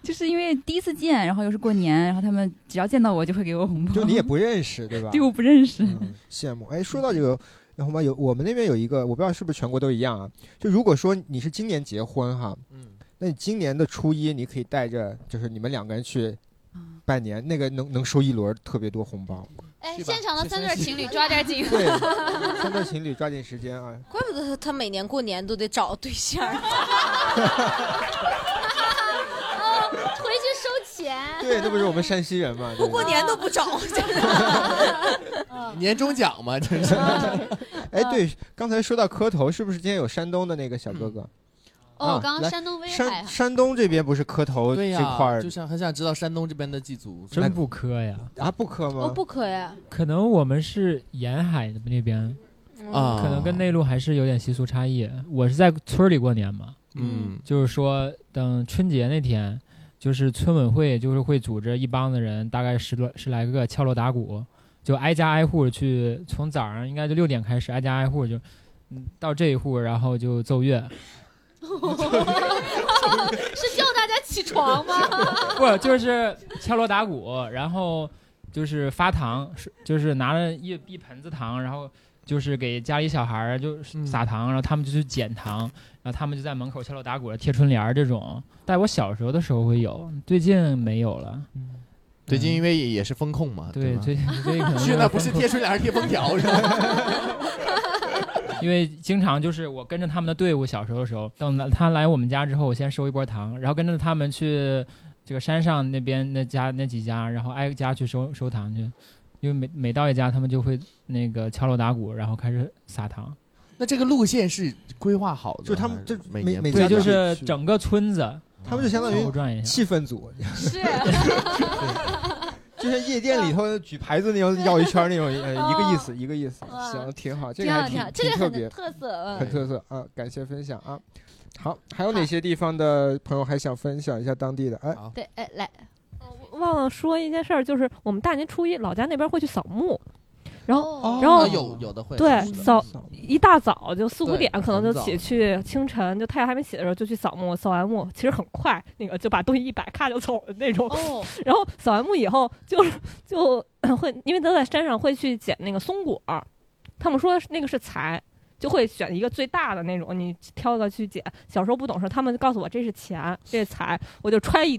S9: 就是因为第一次见，然后又是过年，然后他们只要见到我就会给我红包。
S3: 就你也 不认识，对吧？
S9: 对，我不认识。
S3: 羡慕。哎，说到这个，然后嘛，有我们那边有一个，我不知道是不是全国都一样啊。就如果说你是今年结婚哈，嗯，那你今年的初一你可以带着，就是你们两个人去拜年，那个能能收一轮特别多红包。
S16: 哎，现场的三对情侣抓点紧。
S3: 对， 三对情侣抓紧时间啊！
S8: 怪不得他他每年过年都得找对象儿。
S16: 哦，回去收钱。
S3: 对，那不是我们山西人嘛？不
S8: 过年都不找，
S2: 年终奖嘛，真是。
S3: 哎，对，刚才说到磕头，是不是今天有山东的那个小
S2: 嗯
S3: 哥哥？
S2: 哦
S3: 啊
S2: 刚刚
S3: 来
S2: 山东威海啊
S3: 山山东这边不是磕头
S2: 对
S3: 这
S2: 呀、
S3: 块儿
S2: 就想很想知道山东这边的祭祖，
S18: 真不磕呀？
S3: 啊，不磕吗？
S8: 哦，不可呀，
S18: 可能我们是沿海的那边
S2: 啊
S18: 可能跟内陆还是有点习俗差异。我是在村里过年嘛，
S2: 嗯，
S18: 就是说等春节那天，就是村委会就是会组织一帮子人，大概十多十来个敲锣打鼓，就挨家挨户去，从早上应该就六点开始，挨家挨户就。嗯到这一户，然后就奏乐，
S16: 是叫大家起床吗？
S18: 不就是敲锣打鼓，然后就是发糖，是就是拿了一一盆子糖，然后就是给家里小孩儿
S2: 嗯
S18: 就是撒糖，然后他们就去捡糖，然后他们就在门口敲锣打鼓、贴春联儿这种。在我小时候的时候会有，最近没有了。
S2: 嗯
S18: 嗯
S2: 最近因为也也是风控嘛，
S18: 对，
S2: 吧
S18: 最近最近可能
S2: 去那不是贴春联儿贴封条是吧？
S18: 因为经常就是我跟着他们的队伍，小时候的时候，等来他来我们家之后，我先收一波糖，然后跟着他们去这个山上那边那家那几家，然后挨家去收收糖去，因为每每到一家，他们就会那个敲锣打鼓，然后开始撒糖。
S2: 那这个路线是规划好的，
S3: 就他们
S2: 还
S3: 就是
S2: 每
S3: 每
S2: 年
S3: 每
S2: 不一
S18: 对，
S3: 家
S2: 样
S18: 就是整个村子，
S3: 他们就相当
S18: 嗯转
S3: 于
S18: 一下
S3: 气氛组，
S16: 是，啊
S3: 就像夜店里头举牌子那种绕一圈儿那种，呃，一个意思，一个意思，
S16: 哦哇
S3: 行，挺好，这
S16: 挺
S3: 个
S16: 好
S3: 还
S16: 挺好，
S3: 挺
S16: 这个
S3: 挺特
S16: 很
S3: 别，
S16: 特色，嗯
S3: 很特色啊！感谢分享啊。好，还有哪些地方的朋友还想分享一下当地的？哎，
S2: 啊
S16: 对，哎，来，
S14: 哦忘了说一件事儿，就是我们大年初一老家那边会去扫墓，然后、
S2: 哦
S14: 然后、
S2: 有有的会
S14: 对
S2: 是的
S14: 扫一大早就四五
S2: 对
S14: 点可能
S2: 很
S14: 就
S2: 早
S14: 起去，清晨就太阳还没起的时候就去扫墓，扫完墓其实很快，那个就把东西一摆，咔就走了那种。
S16: 哦、
S14: 然后扫完墓以后就是就会，因为都在山上会去捡那个松果儿，他们说是那个是财。就会选一个最大的那种，你挑一个去捡。小时候不懂事，他们就告诉我这是钱，这是财，我就揣一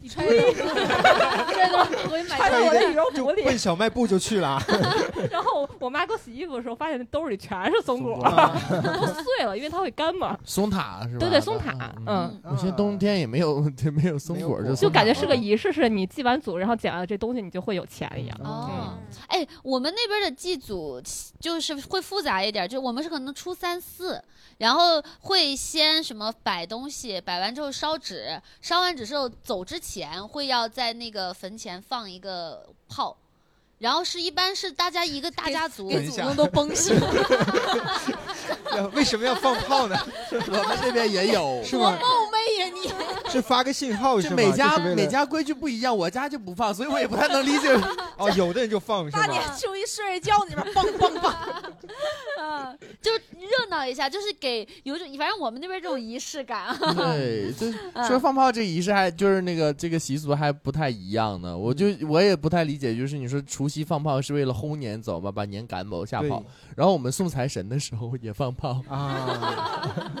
S16: 一推，这个我就买
S14: 揣到我的羽绒
S3: 就
S14: 服里，
S3: 奔小卖部就去
S2: 啊
S3: 了。
S14: 然后我妈给我洗衣服的时候，发现那兜里全是松果，都碎了，因为它会干嘛。
S2: 松塔是吧？
S14: 对对，松塔，嗯，
S2: 我觉得冬天也没有对没有松果，就
S14: 就
S2: 松
S14: 感觉
S2: 塔
S14: 是个仪式，是你祭完祖，然后捡了这东西，你就会有钱一样。
S16: 哦，哎，我们那边的祭祖就是会复杂一点，就我们是可能初三四，然后会先什么摆东西，摆完之后烧纸，烧完纸之后走之前会要在那个坟前放一个炮。然后是一般是大家一个大家族，
S3: 给祖宗 都
S16: 崩醒。
S3: 为什么要放炮呢？
S2: 我们这边也 有
S3: 是吗？
S16: 冒昧呀你！
S3: 是发个信号是
S2: 这
S3: 吗？
S2: 每家
S3: 就是为了
S2: 每家规矩不一样，我家就不放，所以我也不太能 理解。
S3: 哦，有的人就放是
S8: 大年
S3: 吗？
S8: 初一睡觉，你们蹦蹦蹦。
S16: 嗯，就热闹一下，就是给有种，反正我们那边这种仪式感。啊
S2: 对，就
S16: 嗯
S2: 说放炮这仪式还就是那个这个习俗还不太一样呢，我就我也不太理解，就是你说除夕放炮是为了轰年走嘛，把年赶走吓跑
S3: 对，
S2: 然后我们送财神的时候也放炮
S3: 啊。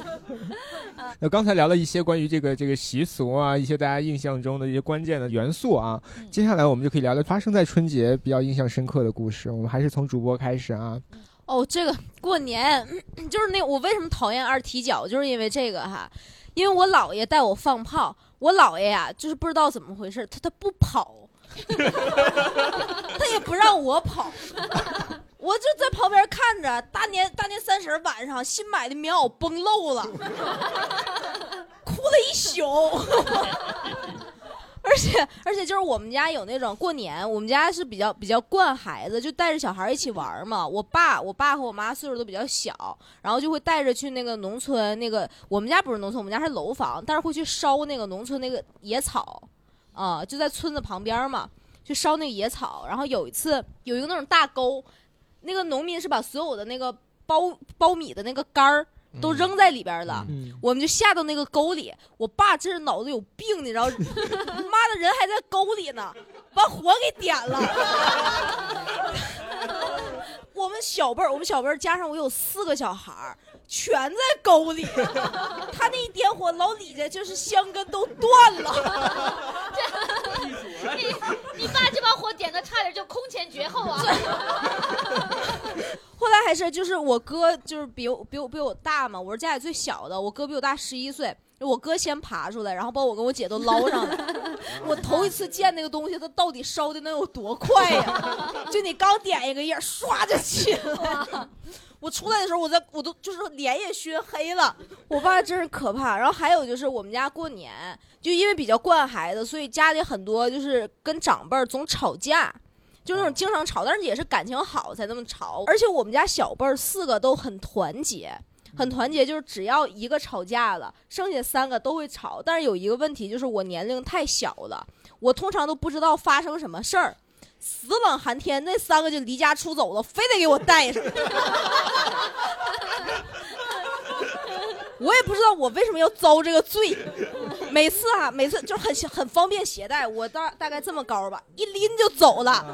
S3: 那刚才聊了一些关于这个这个习俗啊，一些大家印象中的一些关键的元素啊。
S16: 嗯
S3: 接下来我们就可以聊聊发生在春节比较印象深刻的故事。我们还是从主播开始啊。
S8: 哦，这个过年就是那我为什么讨厌二踢脚，就是因为这个哈，因为我姥爷带我放炮，我姥爷呀、就是不知道怎么回事，他他不跑， 他也不让我跑，我就在旁边看着，大年大年三十儿晚上新买的棉袄崩漏了，哭了一宿。 而且而且就是我们家有那种过年，我们家是比较比较惯孩子，就带着小孩一起玩儿嘛。我爸我爸和我妈岁数都比较小，然后就会带着去那个农村那个，我们家不是农村，我们家是楼房，但是会去烧那个农村那个野草，啊、就在村子旁边儿嘛，去烧那个野草。然后有一次有一个那种大沟，那个农民是把所有的那个苞苞米的那个杆儿都扔在里边儿了，我们就下到那个沟里。我爸这是脑子有病，你 知道，妈的人还在沟里呢，把火给点了。 我们小辈儿，我们小辈儿加上我有四个小孩儿，全在沟里。 他那一点火，老李家就是香根都断了。
S16: 你 你爸这把火点的差点就空前绝后啊！
S8: 后来还是就是我哥就是比我比我比我大嘛，我是家里最小的，我哥比我大十一岁。我哥先爬出来，然后把我跟我姐都捞上来。我头一次见那个东西，它到底烧的能有多快呀？就你刚点一个叶儿，唰就起来了。我出来的时候，我在我都就是脸也熏黑了。我爸真是可怕。然后还有就是我们家过年，就因为比较惯孩子，所以家里很多就是跟长辈儿总吵架。就那种经常吵，但是也是感情好才那么吵。而且我们家小辈儿四个都很团结，很团结，就是只要一个吵架了，剩下三个都会吵。但是有一个问题就是我年龄太小了，我通常都不知道发生什么事儿。死冷寒天，那三个就离家出走了，非得给我带上。 我也不知道我为什么要遭这个罪。每次啊，每次就很很方便携带，我大大概这么高吧，一拎就走了，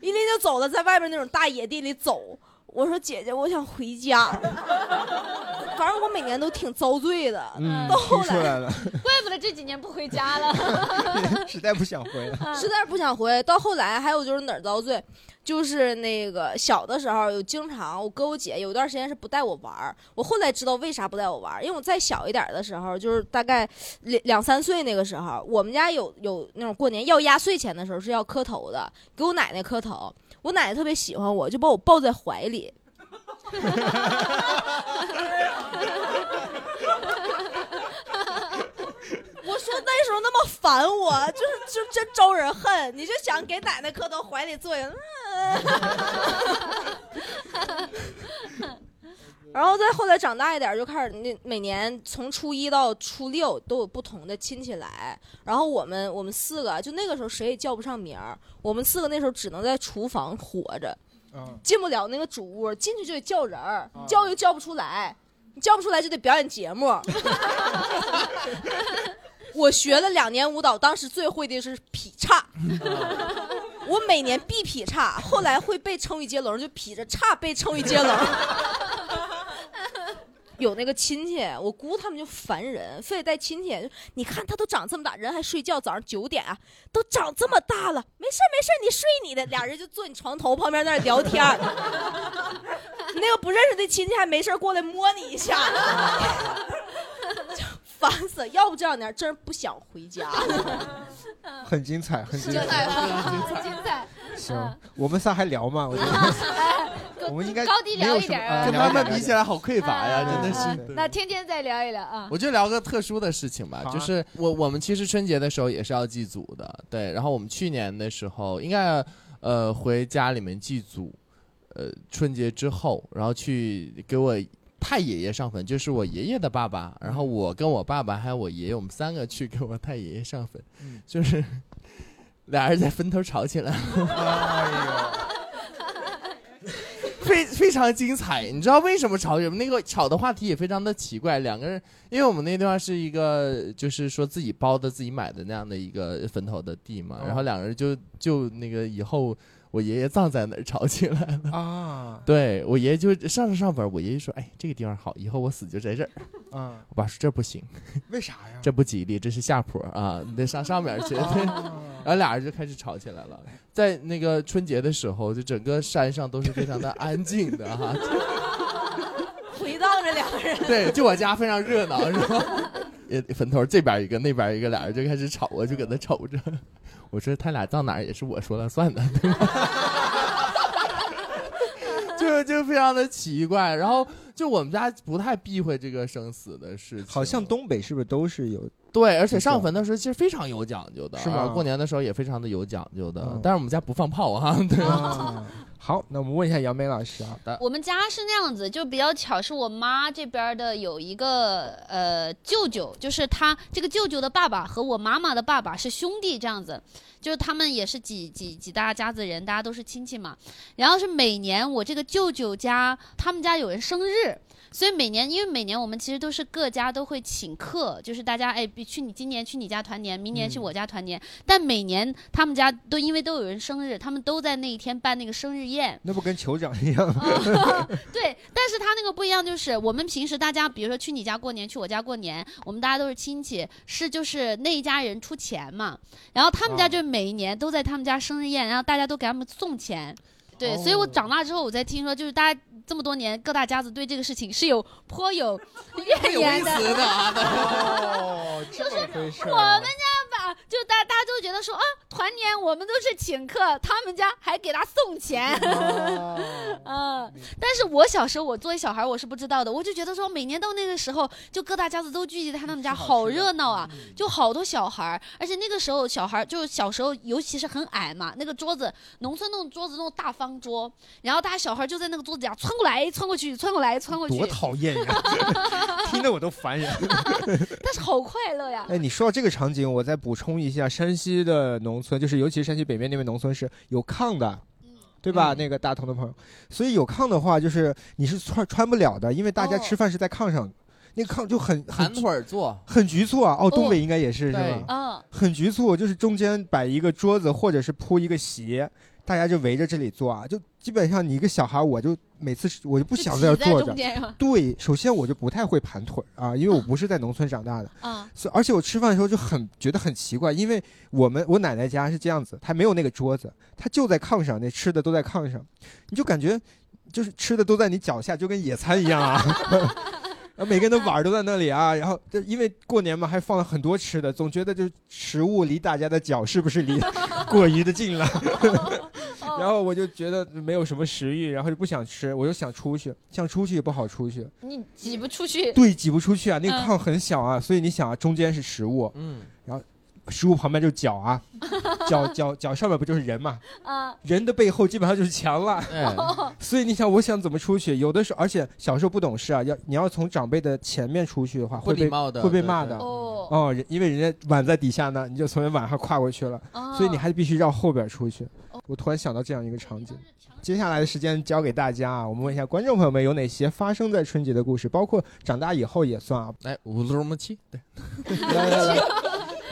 S8: 一拎就走了，在外面那种大野地里走。我说姐姐，我想回家。 反正我每年都挺遭罪的，
S16: 呃
S3: 嗯，
S8: 到后
S3: 听出 来了，
S16: 怪不得这几年不回家了。
S3: 实在不想回了。
S8: 实在是不想回。到后来还有就是哪儿遭罪，就是那个小的时候有经常我哥我姐有段时间是不带我玩儿，我后来知道为啥不带我玩儿，因为我再小一点儿的时候，就是大概两两三岁那个时候，我们家有有那种过年要压岁钱的时候是要磕头的，给我奶奶磕头，我奶奶特别喜欢我，就把我抱在怀里。我说那时候那么烦我，就是就真招人恨。你就想给奶奶磕头，怀里坐下，嗯。 然后再后来长大一点，就开始那每年从初一到初六都有不同的亲戚来。然后我们我们四个就那个时候谁也叫不上名儿，我们四个那时候只能在厨房活着，
S3: 嗯，
S8: 进不了那个主屋，进去就得叫人儿，叫又叫不出来，你叫不出来就得表演节目。我学了两年舞蹈，当时最会的就是劈叉，我每年必劈叉，后来会背成语接龙，就劈着叉背成语接龙。有那个亲戚，我姑他们就烦人，非得带亲戚。就你看他都长这么大，人还睡觉，早上九点啊，都长这么大了，没事儿没事儿，你睡你的。俩人就坐你床头旁边那儿聊天儿。那个不认识的亲戚还没事儿过来摸你一下，就烦死了。要不这两年真是不想回 家。
S16: 嗯
S3: 很精彩，很精彩。
S16: 精彩，
S3: 行，我们仨还聊吗？ 我觉得我们应该
S16: 嗯哎高低
S3: 没
S16: 聊一
S3: 有什
S16: 点
S3: 么
S16: 儿啊
S3: 啊
S2: 跟
S3: 聊嗯
S2: 他
S3: 一
S2: 们
S3: 点
S2: 比起来好匮乏呀，真的是。
S16: 嗯那天天再聊一聊啊。
S2: 我就聊个特殊的事情吧
S3: 好，啊
S2: 就是我我们其实春节的时候也是要祭祖的，对。然后我们去年的时候应该呃回家里面祭祖，呃春节之后，然后去给我太爷爷上坟，就是我爷爷的爸爸，然后我跟我爸爸还有我爷爷，我们三个去给我太爷爷上坟，
S3: 嗯
S2: 就是 俩人在坟头吵起来 了，非非常精彩。你知道为什么吵？什么那个吵的话题也非常的奇怪，两个人，因为我们那地方是一个就是说自己包的、自己买的那样的一个坟头的地嘛，然后两个人就就那个以后。我爷爷葬在那儿吵起来了
S3: 啊！
S2: 对我爷爷就上着上本，我爷爷说：“哎，这个地方好，以后我死就在这儿。”
S3: 嗯，
S2: 我爸说：“这不行，
S3: 为啥呀？啊
S2: 这不吉利，这是下坡啊，你得上上面去。对” 然后俩人就开始吵起来了。在那个春节的时候，就整个山上都是非常的安静的哈、
S8: 回荡着两个人。
S2: 对，就我家非常热闹，是吧？也坟头这边一个，那边一个，俩人就开始吵，我就搁那瞅着。我说他俩到哪儿也是我说了算的，对吧？ 就就非常的奇怪。然后就我们家不太避讳这个生死的事情，
S3: 好像东北是不是都是有？
S2: 对，而且上坟的时候其实非常有讲究的，
S3: 是吗
S2: 啊过年的时候也非常的有讲究的，
S3: 嗯
S2: 但是我们家不放炮啊。对，
S3: 好，那我们问一下杨梅老师啊。
S1: 我们家是那样子，就比较巧，是我妈这边儿的有一个呃舅舅，就是他这个舅舅的爸爸和我妈妈的爸爸是兄弟，这样子，就是他们也是几几几大家子人，大家都是亲戚嘛。然后是每年我这个舅舅家他们家有人生日。所以每年，因为每年我们其实都是各家都会请客，就是大家哎，比去你今年去你家团年，明年去我家团年。但每年他们家都因为都有人生日，他们都在那一天办那个生日宴。
S3: 那不跟酋长一样吗？
S16: 啊
S1: 对，但是他那个不一样，就是我们平时大家，比如说去你家过年，去我家过年，我们大家都是亲戚，是就是那一家人出钱嘛，然后他们家就每一年都在他们家生日宴，然后大家都给他们送钱。对，所以我长大之后，我才听说，就是大家这么多年各大家子对这个事情是有颇有怨言的。
S2: 啊
S1: 啊
S3: 哦，这么回事儿啊
S1: 我们家把就大大家都觉得说啊，团年我们都是请客，他们家还给他送钱。
S3: 哦
S1: 嗯，但是我小时候我作为小孩我是不知道的，我就觉得说每年到那个时候，就各大家子都聚集在他们家，好热闹啊，
S3: 嗯
S1: 就好多小孩儿，而且那个时候小孩儿就是小时候尤其是很矮嘛，那个桌子农村那种桌子那种大方桌，然后大家小孩儿就在那个桌子底下窜过来窜过去窜过来窜过去，
S3: 多讨 厌呀！听得我都烦人。
S1: 但是好快乐呀。
S3: 哎，你说到这个场景，我再补充一下，山西的农村，就是尤其山西北面那边农村是有炕的。对吧？那个大同的朋友，所以有炕的话，就是你是穿穿不了的，因为大家吃饭是在炕上，那个炕就很很
S2: 盘腿儿坐，
S3: 很局促啊。哦，
S2: 哦
S3: 东北应该也是、是
S2: 对
S3: 吧？
S1: 嗯，
S3: 很局促，就是中间摆一个桌子，或者是铺一个席，大家就围着这里坐啊。就基本上你一个小孩，我就每次是我就不想在这
S1: 挤在
S3: 坐着
S1: 中间是吧。嗯
S3: 对，首先我就不太会盘腿儿啊，因为我不是在农村长大的，
S1: 啊，
S3: 所以而且我吃饭的时候就很觉得很奇怪，因为我们我奶奶家是这样子，她没有那个桌子，她就在炕上，那吃的都在炕上，你就感觉就是吃的都在你脚下，就跟野餐一样啊。然啊后每个人的碗儿都在那里啊，然后这因为过年嘛，还放了很多吃的，总觉得就是食物离大家的脚是不是离过于的近了？ 然后我就觉得没有什么食欲，然后就不想吃，我就想出去，想出去也不好出去，
S1: 你挤不出去。
S3: 对，挤不出去啊，那个
S1: 嗯
S3: 炕很小啊，所以你想啊，中间是食物，
S2: 嗯，
S3: 然后食物旁边就是脚啊，
S1: 嗯
S3: 脚脚脚上面不就是人嘛，
S1: 啊，
S3: 人的背后基本上就是墙了，
S1: 哎
S2: 哦
S3: 所以你想，我想怎么出去？有的时候，而且小时候不懂事啊，要你要从长辈的前面出去的话，
S2: 不
S3: 会
S2: 礼
S3: 被
S2: 貌的
S3: 会被
S2: 对
S3: 骂
S2: 对
S3: 的。
S1: 哦
S3: 人因为人家碗在底下呢，你就从人碗上跨过去了，
S1: 哦
S3: 所以你还必须绕后边出去。我突然想到这样一个场景。
S1: 哦
S3: 接下来的时间交给大家啊，我们问一下观众朋友们有哪些发生在春节的故事，包括长大以后也算啊。
S2: 来，哎五六么七，对，
S3: 来来来，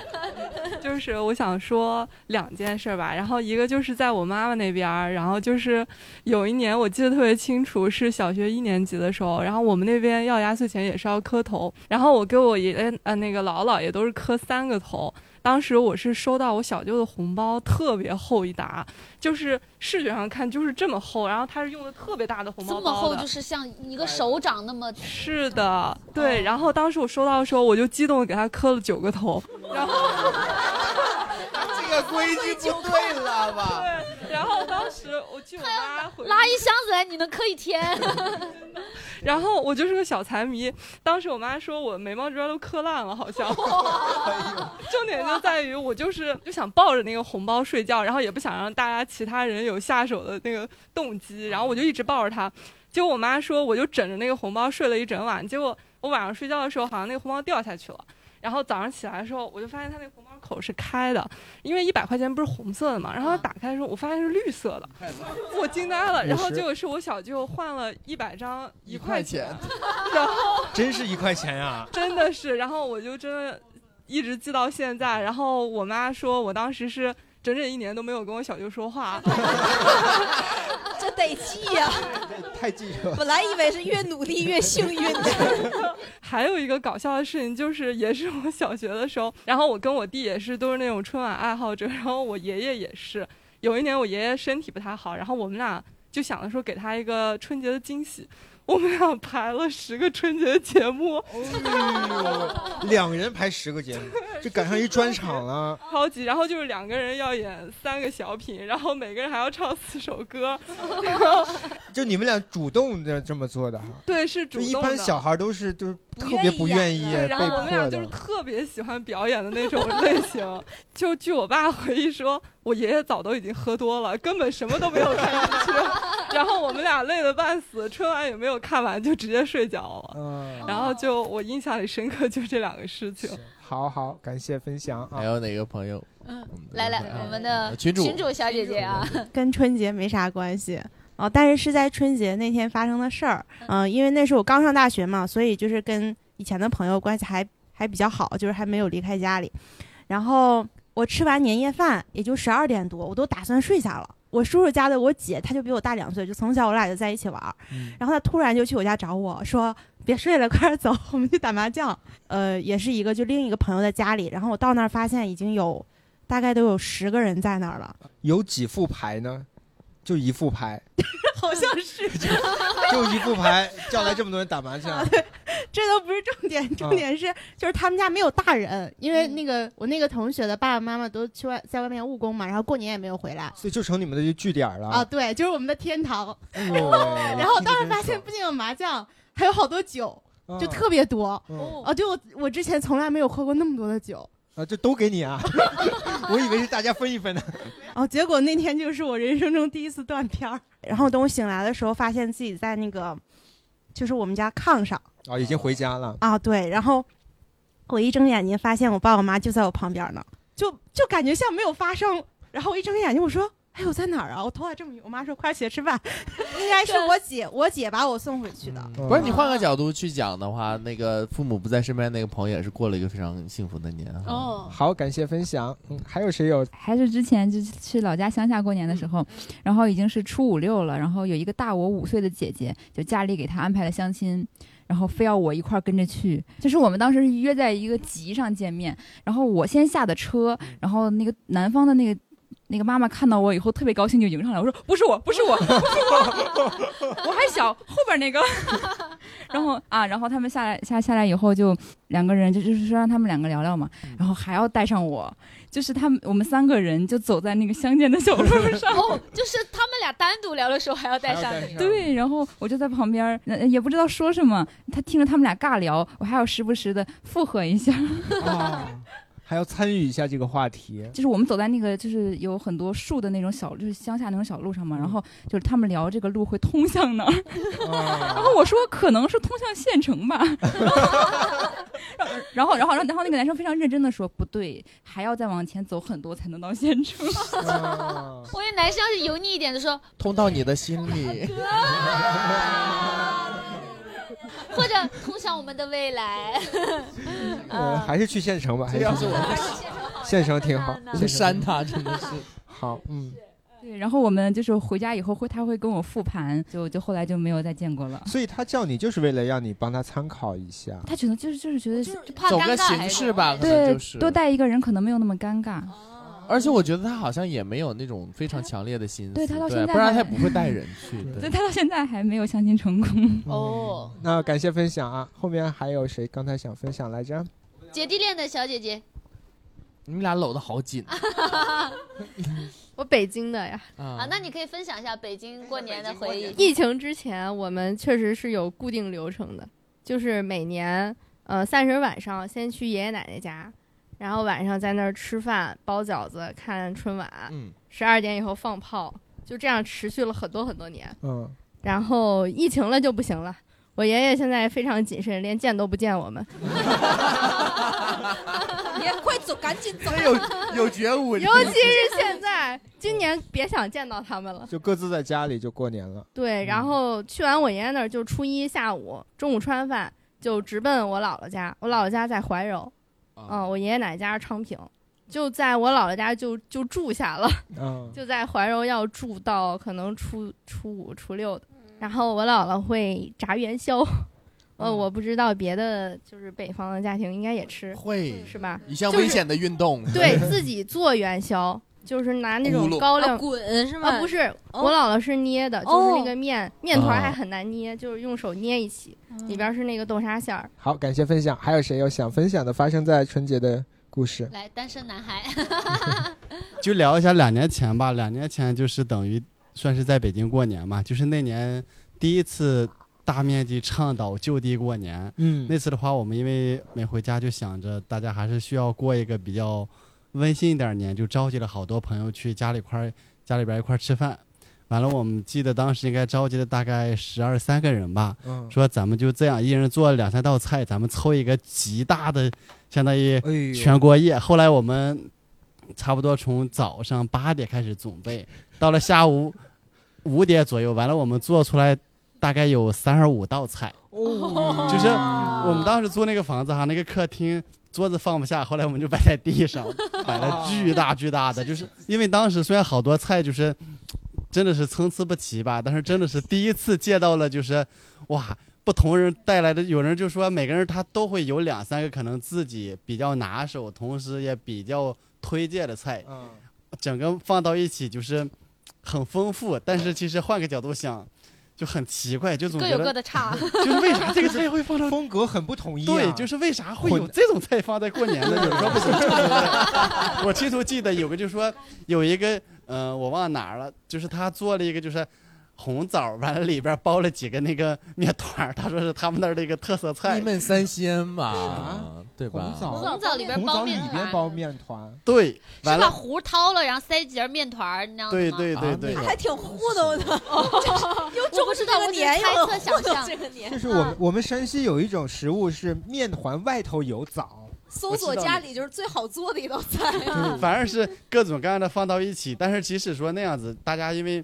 S19: 就是我想说两件事儿吧，然后一个就是在我妈妈那边儿，然后就是有一年我记得特别清楚，是小学一年级的时候，然后我们那边要压岁钱也是要磕头，然后我给我爷爷呃那个姥姥姥爷都是磕三个头。当时我是收到我小舅的红包，特别厚一沓，就是视觉上看就是这么厚，然后他是用的特 别大的红包
S1: 这
S19: 包
S1: 么厚
S19: 的
S1: 就是像一个手掌那么。
S19: 是的，对。然后当时我收到的时候，我就激动的给他磕了九个头，然后。
S2: 这个规矩不对 了吧？
S19: 对，然后当时我去我妈回
S1: 拉一箱子来，你能磕一天。
S19: 然后我就是个小财迷，当时我妈说我眉毛这边都磕烂了，好像。 重点就在于我就是就想抱着那个红包睡觉，然后也不想让大家其他人有下手的那个动机，然后我就一直抱着它。结果我妈说，我就枕着那个红包睡了一整晚。结果我晚上睡觉的时候，好像那个红包掉下去了。然后早上起来的时候，我就发现它那个红包口是开的，因为一百块钱不是红色的嘛。然后打开的时候，我发现是绿色的， 我惊呆了。然后结果是我小舅换了一百张一块钱， 然后
S20: 真是一块钱 呀、
S19: 真的是，然后我就真的一直记到现在。然后我妈说我当时是整整一年都没有跟我小舅说话，
S8: 这得记呀、
S3: 太记仇 了。
S8: 本来以为是越努力越幸运的，
S19: 还有一个搞笑的事情，就是也是我小学的时候，然后我跟我弟也是都是那种春晚爱好者，然后我爷爷也是。有一年我爷爷身体不太好，然后我们俩就想着说给他一个春节的惊喜，我们俩排了十个春节节目，
S3: 哎两个人排十个节目，就赶上一专场了。
S19: 超级，然后就是两个人要演三个小品，然后每个人还要唱四首 歌，然后
S3: 就你们俩主动的这么做的哈。
S19: 对，是主
S3: 就
S19: 动的。
S3: 一般小孩都是都是特别不愿意
S19: 对
S3: 被
S19: 然后我们俩
S3: 迫
S19: 就是
S3: 的。
S19: 特别喜欢表演的那种类型。 就据我爸回忆说，我爷爷早都已经喝多了，根本什么都没有看进 去。然后我们俩累得半死，春晚也没有看完，就直接睡觉了。
S3: 嗯
S19: 然后就我印象里深刻就这两个事 情。
S3: 好好，感谢分享啊！
S2: 还有哪个朋友？
S16: 来来，我们的
S2: 嗯呃群主
S16: 小姐姐啊，
S15: 跟春节没啥关系。哦，但是是在春节那天发生的事儿。嗯、因为那时候我刚上大学嘛，所以就是跟以前的朋友关系还还比较好，就是还没有离开家里。然后我吃完年夜饭，也就十二点多，我都打算睡下了。我叔叔家的我姐，她就比我大两岁，就从小我俩就在一起玩儿。
S16: 嗯
S15: 然后她突然就去我家找我说：“别睡了，快点走，我们去打麻将。”呃，也是一个就另一个朋友的家里。然后我到那儿发现已经有大概都有十个人在那儿了。
S3: 有几副牌呢？就一副牌，
S15: 好像是，
S3: 就一副牌，叫来这么多人打麻将，
S21: 这都不是重点，重点是就是他们家没有大人，因为那个我那个同学的爸爸妈妈都去外在外面务工嘛，然后过年也没有回来。
S3: 所以就成你们的一个据点了。
S21: 啊，对，就是我们的天堂。
S3: 哎呦
S21: 然后当时发现不仅有麻将，还有好多酒，就特别多。
S3: 嗯
S21: 哦，对我我之前从来没有喝过那么多的酒。
S3: 啊，这都给你啊！ 我以为是大家分一分呢。
S21: 哦，结果那天就是我人生中第一次断片儿。
S15: 然后等我醒来的时候，发现自己在那个就是我们家炕上
S3: 啊，已经回家了。
S15: 啊，对。然后我一睁眼睛，发现我爸我妈就在我旁边呢。
S21: 就就感觉像没有发生。然后我一睁眼睛，我说：“哎，我在哪儿啊？我头发这么晕。”我妈说：“快起来吃饭。” 应该是我姐，我姐把我送回去的。
S2: 嗯不是你换个角度去讲的话，那个父母不在身边那个朋友也是过了一个非常幸福的年哈。
S3: 哦，好，感谢分享。嗯，还有谁有？
S9: 还是之前就去老家乡下过年的时候，然后已经是初五六了，然后有一个大我五岁的姐姐，就家里给她安排了相亲，然后非要我一块儿跟着去。就是我们当时是约在一个集上见面，然后我先下的车，然后那个南方的那个。那个妈妈看到我以后特别高兴，就迎上来。我说：“不是我，不是我，不是我，我还小，后边那个。”然
S16: 嗯
S9: 后啊，然后他们下来下下来以后就，两个人就就是说让他们两个聊聊嘛，
S16: 嗯
S9: 然后还要带上我，就是他们我们三个人就走在那个乡间的小路上，
S16: 哦，就是他们俩单独聊的时候还要带上你，
S9: 对，然后我就在旁边儿，呃也不知道说什么，他听着他们俩尬聊，我还要时不时的附和一下。
S3: 还要参与一下这个话题。
S9: 就是我们走在那个就是有很多树的那种小，就是乡下那种小路
S2: 嗯
S9: 上嘛，然后就是他们聊这个路会通向哪儿，
S2: 啊
S9: 然后我说可能是通向县城吧， 然后然后然后然后那个男生非常认真的说不对，还要再往前走很多才能到县城。
S2: 哦
S16: 我觉得男生要是油腻一点的说，
S2: 通到 你的心里。
S16: 或者通向我们的未来。
S3: 呃，还是去县城吧，还
S2: 这
S3: 是
S2: 要
S3: 去
S2: 是我
S3: 县城县城挺好，
S2: 我会删他，真的是。
S3: 好，嗯，
S9: 对，然后我们就是回家以后会他会跟我复盘，就就后来就没有再见过了。
S3: 所以他叫你就是为了让你帮他参考一下。
S9: 他觉得就是就是觉得就
S16: 怕
S2: 走个形式吧，可能
S9: 哎对
S2: 就是，。
S9: 多带一个人可能没有那么尴尬。
S2: 而且我觉得他好像也没有那种非常强烈的心思，
S9: 对他到现在
S2: 不然他
S9: 还
S2: 也不会带人去。
S9: 对他到现在还没有相亲成
S2: 嗯
S9: 功。
S16: 哦，
S3: 那感谢分享啊，后面还有谁刚才想分享来着？
S16: 姐弟恋的小姐姐，
S2: 你们俩搂得好 紧
S22: 我北京的呀，
S16: 啊，那你可以分享一下北京过年的回忆。
S22: 疫情之前我们确实是有固定流程的，就是每年呃三十晚上先去爷爷奶奶家，然后晚上在那儿吃饭、包饺子、看春晚，
S2: 嗯，
S22: 十二点以后放炮，就这样持续了很多很多年。
S3: 嗯，
S22: 然后疫情了就不行了，我爷爷现在非常谨慎，连见都不见我们。
S8: 爷快走，赶紧走！
S2: 有觉悟，
S22: 尤其是现在，今年别想见到他们了。
S3: 就各自在家里就过年了。
S22: 对，
S2: 嗯
S22: 然后去完我爷爷那儿，就初一下午，中午吃完饭就直奔我姥姥家。我姥姥家在怀柔，
S2: 啊
S22: 嗯、我爷爷奶奶家是昌平，就在我姥姥家就就住下 了，
S3: 嗯
S22: 就在怀柔要住到可能初初五、初六的。然后我姥姥会炸元宵，
S2: 嗯
S22: 呃，我不知道别的就是北方的家庭应该也吃，
S2: 会
S22: 是吧？
S2: 一项
S22: 就是
S2: 危险的运动，
S22: 对 自己做元宵，就是拿那
S2: 咕
S22: 种
S2: 噜
S22: 高粱、
S2: 啊
S22: 滚
S8: 是吗
S22: 啊，不是，
S8: 哦
S22: 我姥姥是捏的，就是那
S8: 哦
S22: 个面、面团儿还
S3: 哦
S22: 很难捏，就是用手捏一起，里边儿是那个豆沙馅儿。
S3: 好，感谢分享。还有谁有想分享的发生在春节的故事？
S1: 来，单身男孩，
S13: 就聊一下两年前吧。两年前就是等于算是在北京过年嘛，就是那年第一次大面积倡导就地过年。
S3: 嗯，
S13: 那次的话，我们因为没回家，就想着大家还是需要过一个比较温馨一点的年，就召集了好多朋友去家里块儿家里边一块儿吃饭。完了，我们记得当时应该召集了大概十二三个人吧，
S3: 嗯
S13: 说咱们就这样，一人做两三道菜，咱们凑一个极大的，相当于
S3: 哎呦
S13: 全国夜。后来我们差不多从早上八点开始准备，到了下午五点左右，完了我们做出来大概有三十五道菜，就是我们当时租那个房子哈，那个客厅桌子放不下，后来我们就摆在地 上，摆了巨大巨大的，就是因为当时虽然好多菜就是真的是参差不齐吧，但是真的是第一次见到了就是哇。不同人带来的，有人就说每个人他都会有两三个可能自己比较拿手，同时也比较推荐的菜，
S1: 嗯
S13: 整个放到一起就是很丰富。但是其实换个角度想，就很奇怪，就总
S1: 各
S13: 觉
S1: 有
S13: 得
S1: 各的 差。
S13: 就是为啥这个菜会放到
S3: 风格很不统一、啊？
S13: 对，就是为啥会有这种菜放在过年呢？ 有时候不行。 我清楚记得有个就说有一个，呃，我忘哪儿了，就是他做了一个就是哎红枣儿，完了里边包了几个那个面团儿，他说是他们那儿的一个特色菜。
S2: 一焖三鲜嘛，对吧？
S13: 啊红枣
S1: 红枣里边
S3: 红
S1: 包
S3: 枣
S1: 面
S3: 里
S1: 团
S3: 边包面团，
S13: 对，
S1: 是
S13: 完
S1: 把
S13: 了，
S1: 糊掏了，然后塞几截面团儿，你知道吗？哦
S13: 对对对对，
S8: 啊还 挺糊弄的， 就是又
S1: 我不
S8: 中
S1: 知
S8: 这
S1: 道
S8: 个
S1: 我只
S8: 年，
S1: 猜
S8: 又
S1: 测
S8: 糊
S1: 想
S8: 弄
S1: 象
S8: 这个年，
S3: 就是我们我们山西有一种食物是面团外头有枣，
S8: 搜索家里就是最好做的一道菜。
S13: 反而是各种各样的放到一起。但是即使说那样子，大家因为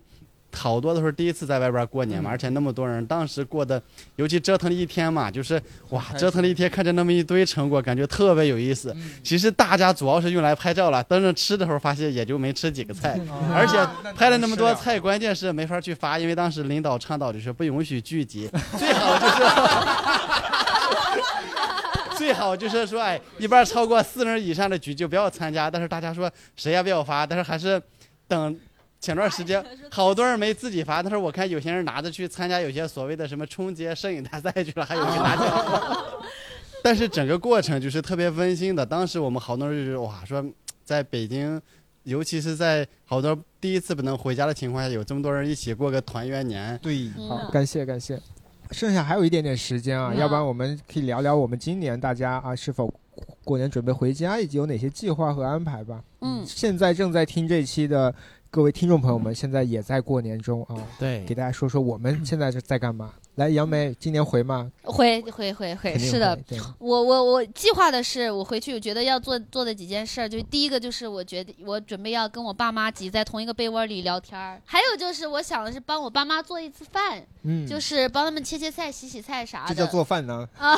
S13: 好多都是第一次在外边过年嘛，而且那么多人，当时过的，尤其折腾了一天嘛，就是哇，折腾了一天，看着那么一堆成果，感觉特别有意思。其实大家主要是用来拍照了，但是吃的时候发现也就没吃几个菜，而且拍嗯了那么多菜，关键是没法去发，因为当时领导倡导就是不允许聚集， 最好就是。最好就是说，哎，一般超过四人以上的局就不要参加。但是大家说谁也不要发，但是还是等前段时 间好多人没自己发，但是我看有些人拿着去参加有些所谓的什么春节摄影大赛去了，还有人拿奖。但是整个过程就是特别温馨的。当时我们好多人就是哇，说在北京，尤其是在好多第一次不能回家的情况下，有这么多人一起过个团圆年。
S3: 对，
S1: 嗯
S13: 好
S3: 感谢感谢。剩下还有一点点时间啊，
S13: 嗯
S3: 要不然我们可以聊聊我们今年大家啊是否过年准备回家，以及有哪些计划和安排吧。
S1: 嗯
S3: 现在正在听这期的各位听众朋友们，现在也在过年中啊。
S2: 嗯对，
S3: 给大家说说我们现在是在干嘛。来，
S1: 嗯
S3: 杨梅，今年回吗？
S1: 会会会会，
S3: 肯定
S1: 是的
S3: 会对，
S1: 我我我计划的是，我回去觉得要做做的几件事儿，就第一个就是我觉得我准备要跟我爸妈挤在同一个被窝里聊天儿，还有就是我想的是帮我爸妈做一次饭，
S3: 嗯
S1: 就是帮他们切切菜、洗洗菜啥
S3: 这
S1: 的，
S3: 叫 做饭呢？
S1: 啊，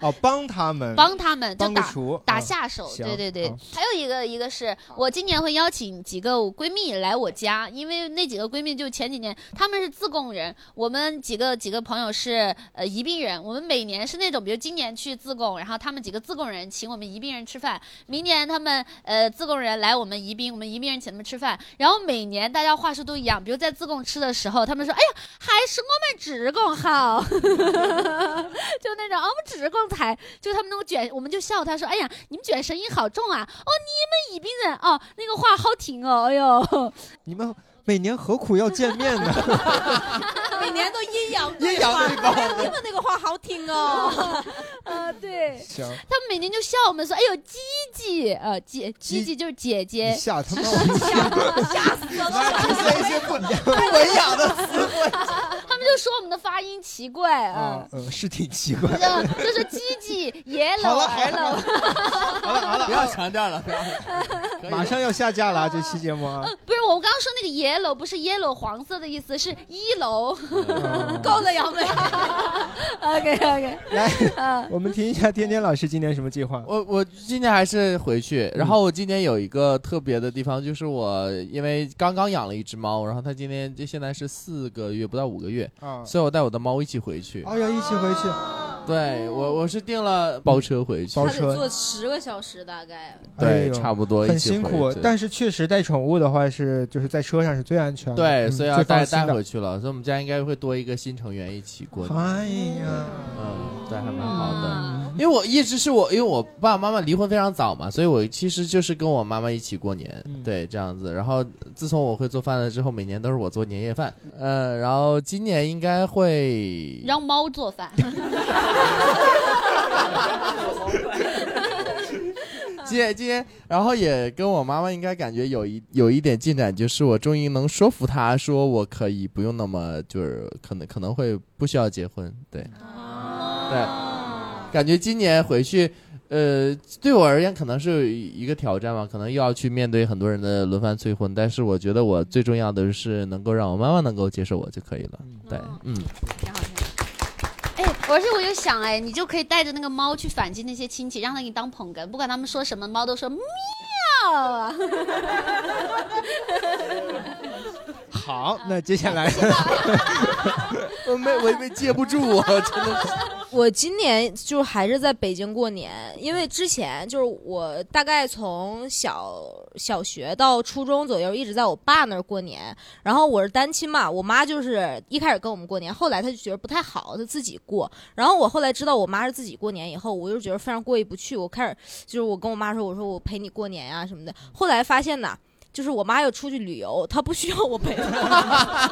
S3: 哦，帮他们，
S1: 帮他们就
S3: 帮个
S1: 打
S3: 厨
S1: 打
S3: 啊
S1: 下手，
S3: 行嗯
S1: 对对对
S3: 好。
S1: 还有一个一个是我今年会邀请几个我闺蜜来我家，因为那几个闺蜜就前几年她们是自贡人，我们几个几个朋友是呃宜宾人，我们每年是那种比如今年去自贡，然后他们几个自贡人请我们宜宾人吃饭，明年他们呃自贡人来我们宜宾，我们宜宾人请他们吃饭，然后每年大家话术都一样，比如在自贡吃的时候，他们说哎呀还是我们自贡好。 就那种啊，我们只是刚才，就他们那种卷，我们就笑他说：“哎呀，你们卷舌音好重啊！哦，你们宜宾人哦，那个话好挺哦，哎呦，
S3: 你们每年何苦要见面 呢？
S1: 嗯
S8: 每年都阴阳
S3: 阴阳对
S8: 话，
S3: 报
S8: 哎呦，你们那个话好听 哦。
S1: 呃，对，
S3: 行，
S1: 他们每年就笑我们说：哎呦，鸡鸡，呃，姐，鸡鸡就是姐姐，
S3: 你吓 他妈
S1: 我
S10: 哎
S3: 吓死了！
S1: 他们就就说我们的发音奇怪啊，
S3: 呃，是挺奇
S1: 就
S3: 怪。
S1: 是就是鸡鸡野老儿老，
S2: 好了好了，不要强调了，不要
S3: 马上要下架了啊，这期节目啊，
S1: 不是我刚刚说那个 yellow 不是 yellow 黄色的意思，是一
S3: 哦
S1: 楼，够了杨 梅。OK 呃 OK，
S3: 来，我们听一下天天老师今年什么计划？嗯
S2: 我我今年还是回去，然后我今年有一个特别的地方，就是我因为刚刚养了一只猫，然后它今年就现在是四个月不到五个月，
S3: 啊
S2: 所以我带我的猫一起回去。
S3: 哦，要一起回去，
S2: 嗯对我我是订了包车回去，
S8: 他得坐十个小时大 概。
S3: 哎
S2: 对，
S3: 呦
S2: 差不多
S3: 很
S2: 一起
S3: 辛苦
S2: 回去，
S3: 但是确实带宠物的话是就是在车上是最安全的，
S2: 对，
S3: 嗯
S2: 所以要
S3: 最放
S2: 带
S3: 心
S2: 带
S3: 的
S2: 回去了，所以我们家应该会多一个新成员一起过年。
S3: 哎呀，嗯
S2: 嗯，对，还蛮好的。因为我一直是我，因为我爸爸妈妈离婚非常早嘛，所以我其实就是跟我妈妈一起过年，
S3: 嗯
S2: 对，这样子。然后自从我会做饭了之后，每年都是我做年夜饭，嗯，然后今年应该会，
S1: 让猫做 饭。
S2: 今年今年，然后也跟我妈妈应该感觉有一有一点进展，就是我终于能说服她说我可以不用那么就是可能可能会不需要结婚，对，对。感觉今年回去，呃，对我而言可能是一个挑战吧，可能又要去面对很多人的轮番催婚，但是我觉得我最重要的是能够让我妈妈能够接受我就可以了。对，嗯，
S1: 哎，我是我有想哎，你就可以带着那个猫去反击那些亲戚，让他给你当捧哏，不管他们说什么，猫都说喵啊。
S3: 好，那接下来
S2: 我没我没接不住，我真的
S8: 我今年就还是在北京过年，因为之前就是我大概从小小学到初中左右一直在我爸那儿过年，然后我是单亲嘛，我妈就是一开始跟我们过年，后来她就觉得不太好，她自己过，然后我后来知道我妈是自己过年以后，我就觉得非常过意不去，我开始就是我跟我妈说，我说我陪你过年呀、什么的，后来发现呐，就是我妈要出去旅游，她不需要我陪她。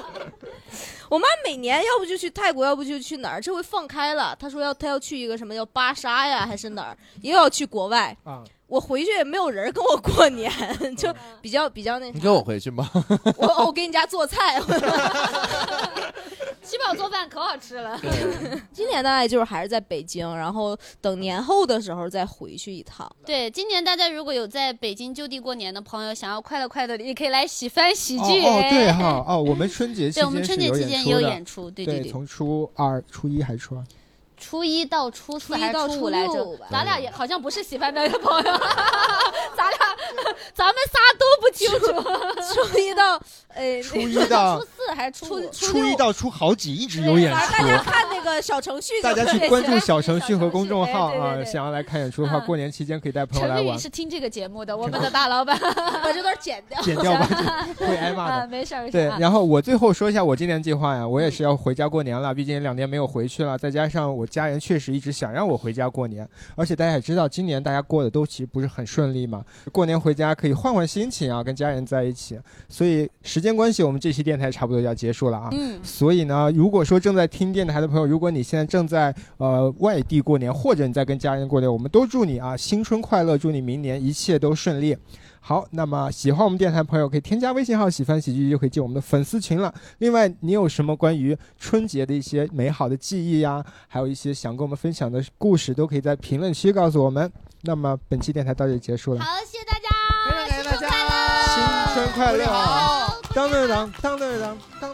S8: 我妈每年要不就去泰国，要不就去哪儿。这回放开了，她说要她要去一个什么叫巴沙呀，还是哪儿，又要去国外。
S3: 啊，
S8: 我回去也没有人跟我过年，就比较比较那啥。
S2: 你跟我回去吧。
S8: 我哦我给你家做菜，
S1: 吃饱做饭可好吃了。
S8: 今年大概就是还是在北京，然后等年后的时候再回去一趟。
S1: 对，今年大家如果有在北京就地过年的朋友，想要快乐快乐的，也可以来喜翻喜
S3: 哦
S1: 剧。哎
S3: 哦对哈哦，我们春节期
S1: 对我们
S3: 间
S1: 春
S3: 是
S1: 节
S3: 有
S1: 期
S3: 演
S1: 间
S3: 出
S1: 也有
S3: 的
S1: 演出对
S3: 对
S1: 对对
S3: 从初二、初一还是初二？
S1: 初一到初四还是
S8: 到
S1: 五
S8: 初
S1: 来着
S8: 六吧？
S1: 咱俩也好像不是喜欢的朋友， 咱俩 咱们仨都不清楚。
S8: 初一到呃，
S3: 初一到
S1: 初四还是初五
S3: 初一到初好几一直有演
S8: 反
S3: 出
S8: 正，大家看那个小程序就
S3: 大
S8: 可以了，
S3: 家去关注小程序和公众号
S8: 哎对对
S3: 啊，
S8: 对
S3: 想要来看演出的话，
S1: 嗯
S3: 过年期间可以带朋友来
S1: 陈飞宇
S3: 玩
S1: 是。听这个节目的，我们的大老 板，
S8: 把这段剪掉
S3: 剪掉吧这 会挨骂的
S1: 啊，没事儿没事
S3: 对
S1: 儿。啊，
S3: 然后我最后说一下我今年计划呀，我也是要回家过年了，毕竟两年没有回去了，再加上我家人确实一直想让我回家过年，而且大家也知道，今年大家过得都其实不是很顺利嘛，过年回家可以换换心情啊，跟家人在一起。所以时间关系，我们这期电台差不多要结束了啊。
S10: 嗯
S3: 所以呢，如果说正在听电台的朋友，如果你现在正在呃外地过年，或者你在跟家人过年，我们都祝你啊新春快乐，祝你明年一切都顺利。好，那么喜欢我们电台的朋友可以添加微信号“喜欢喜剧”，就可以进我们的粉丝群了。另外，你有什么关于春节的一些美好的记忆呀，还有一些想跟我们分享的故事，都可以在评论区告诉我们。那么本期电台到这里结束了，
S1: 好，谢谢大家，
S2: 非常感谢大家，
S3: 新春快乐！当当当当当当当。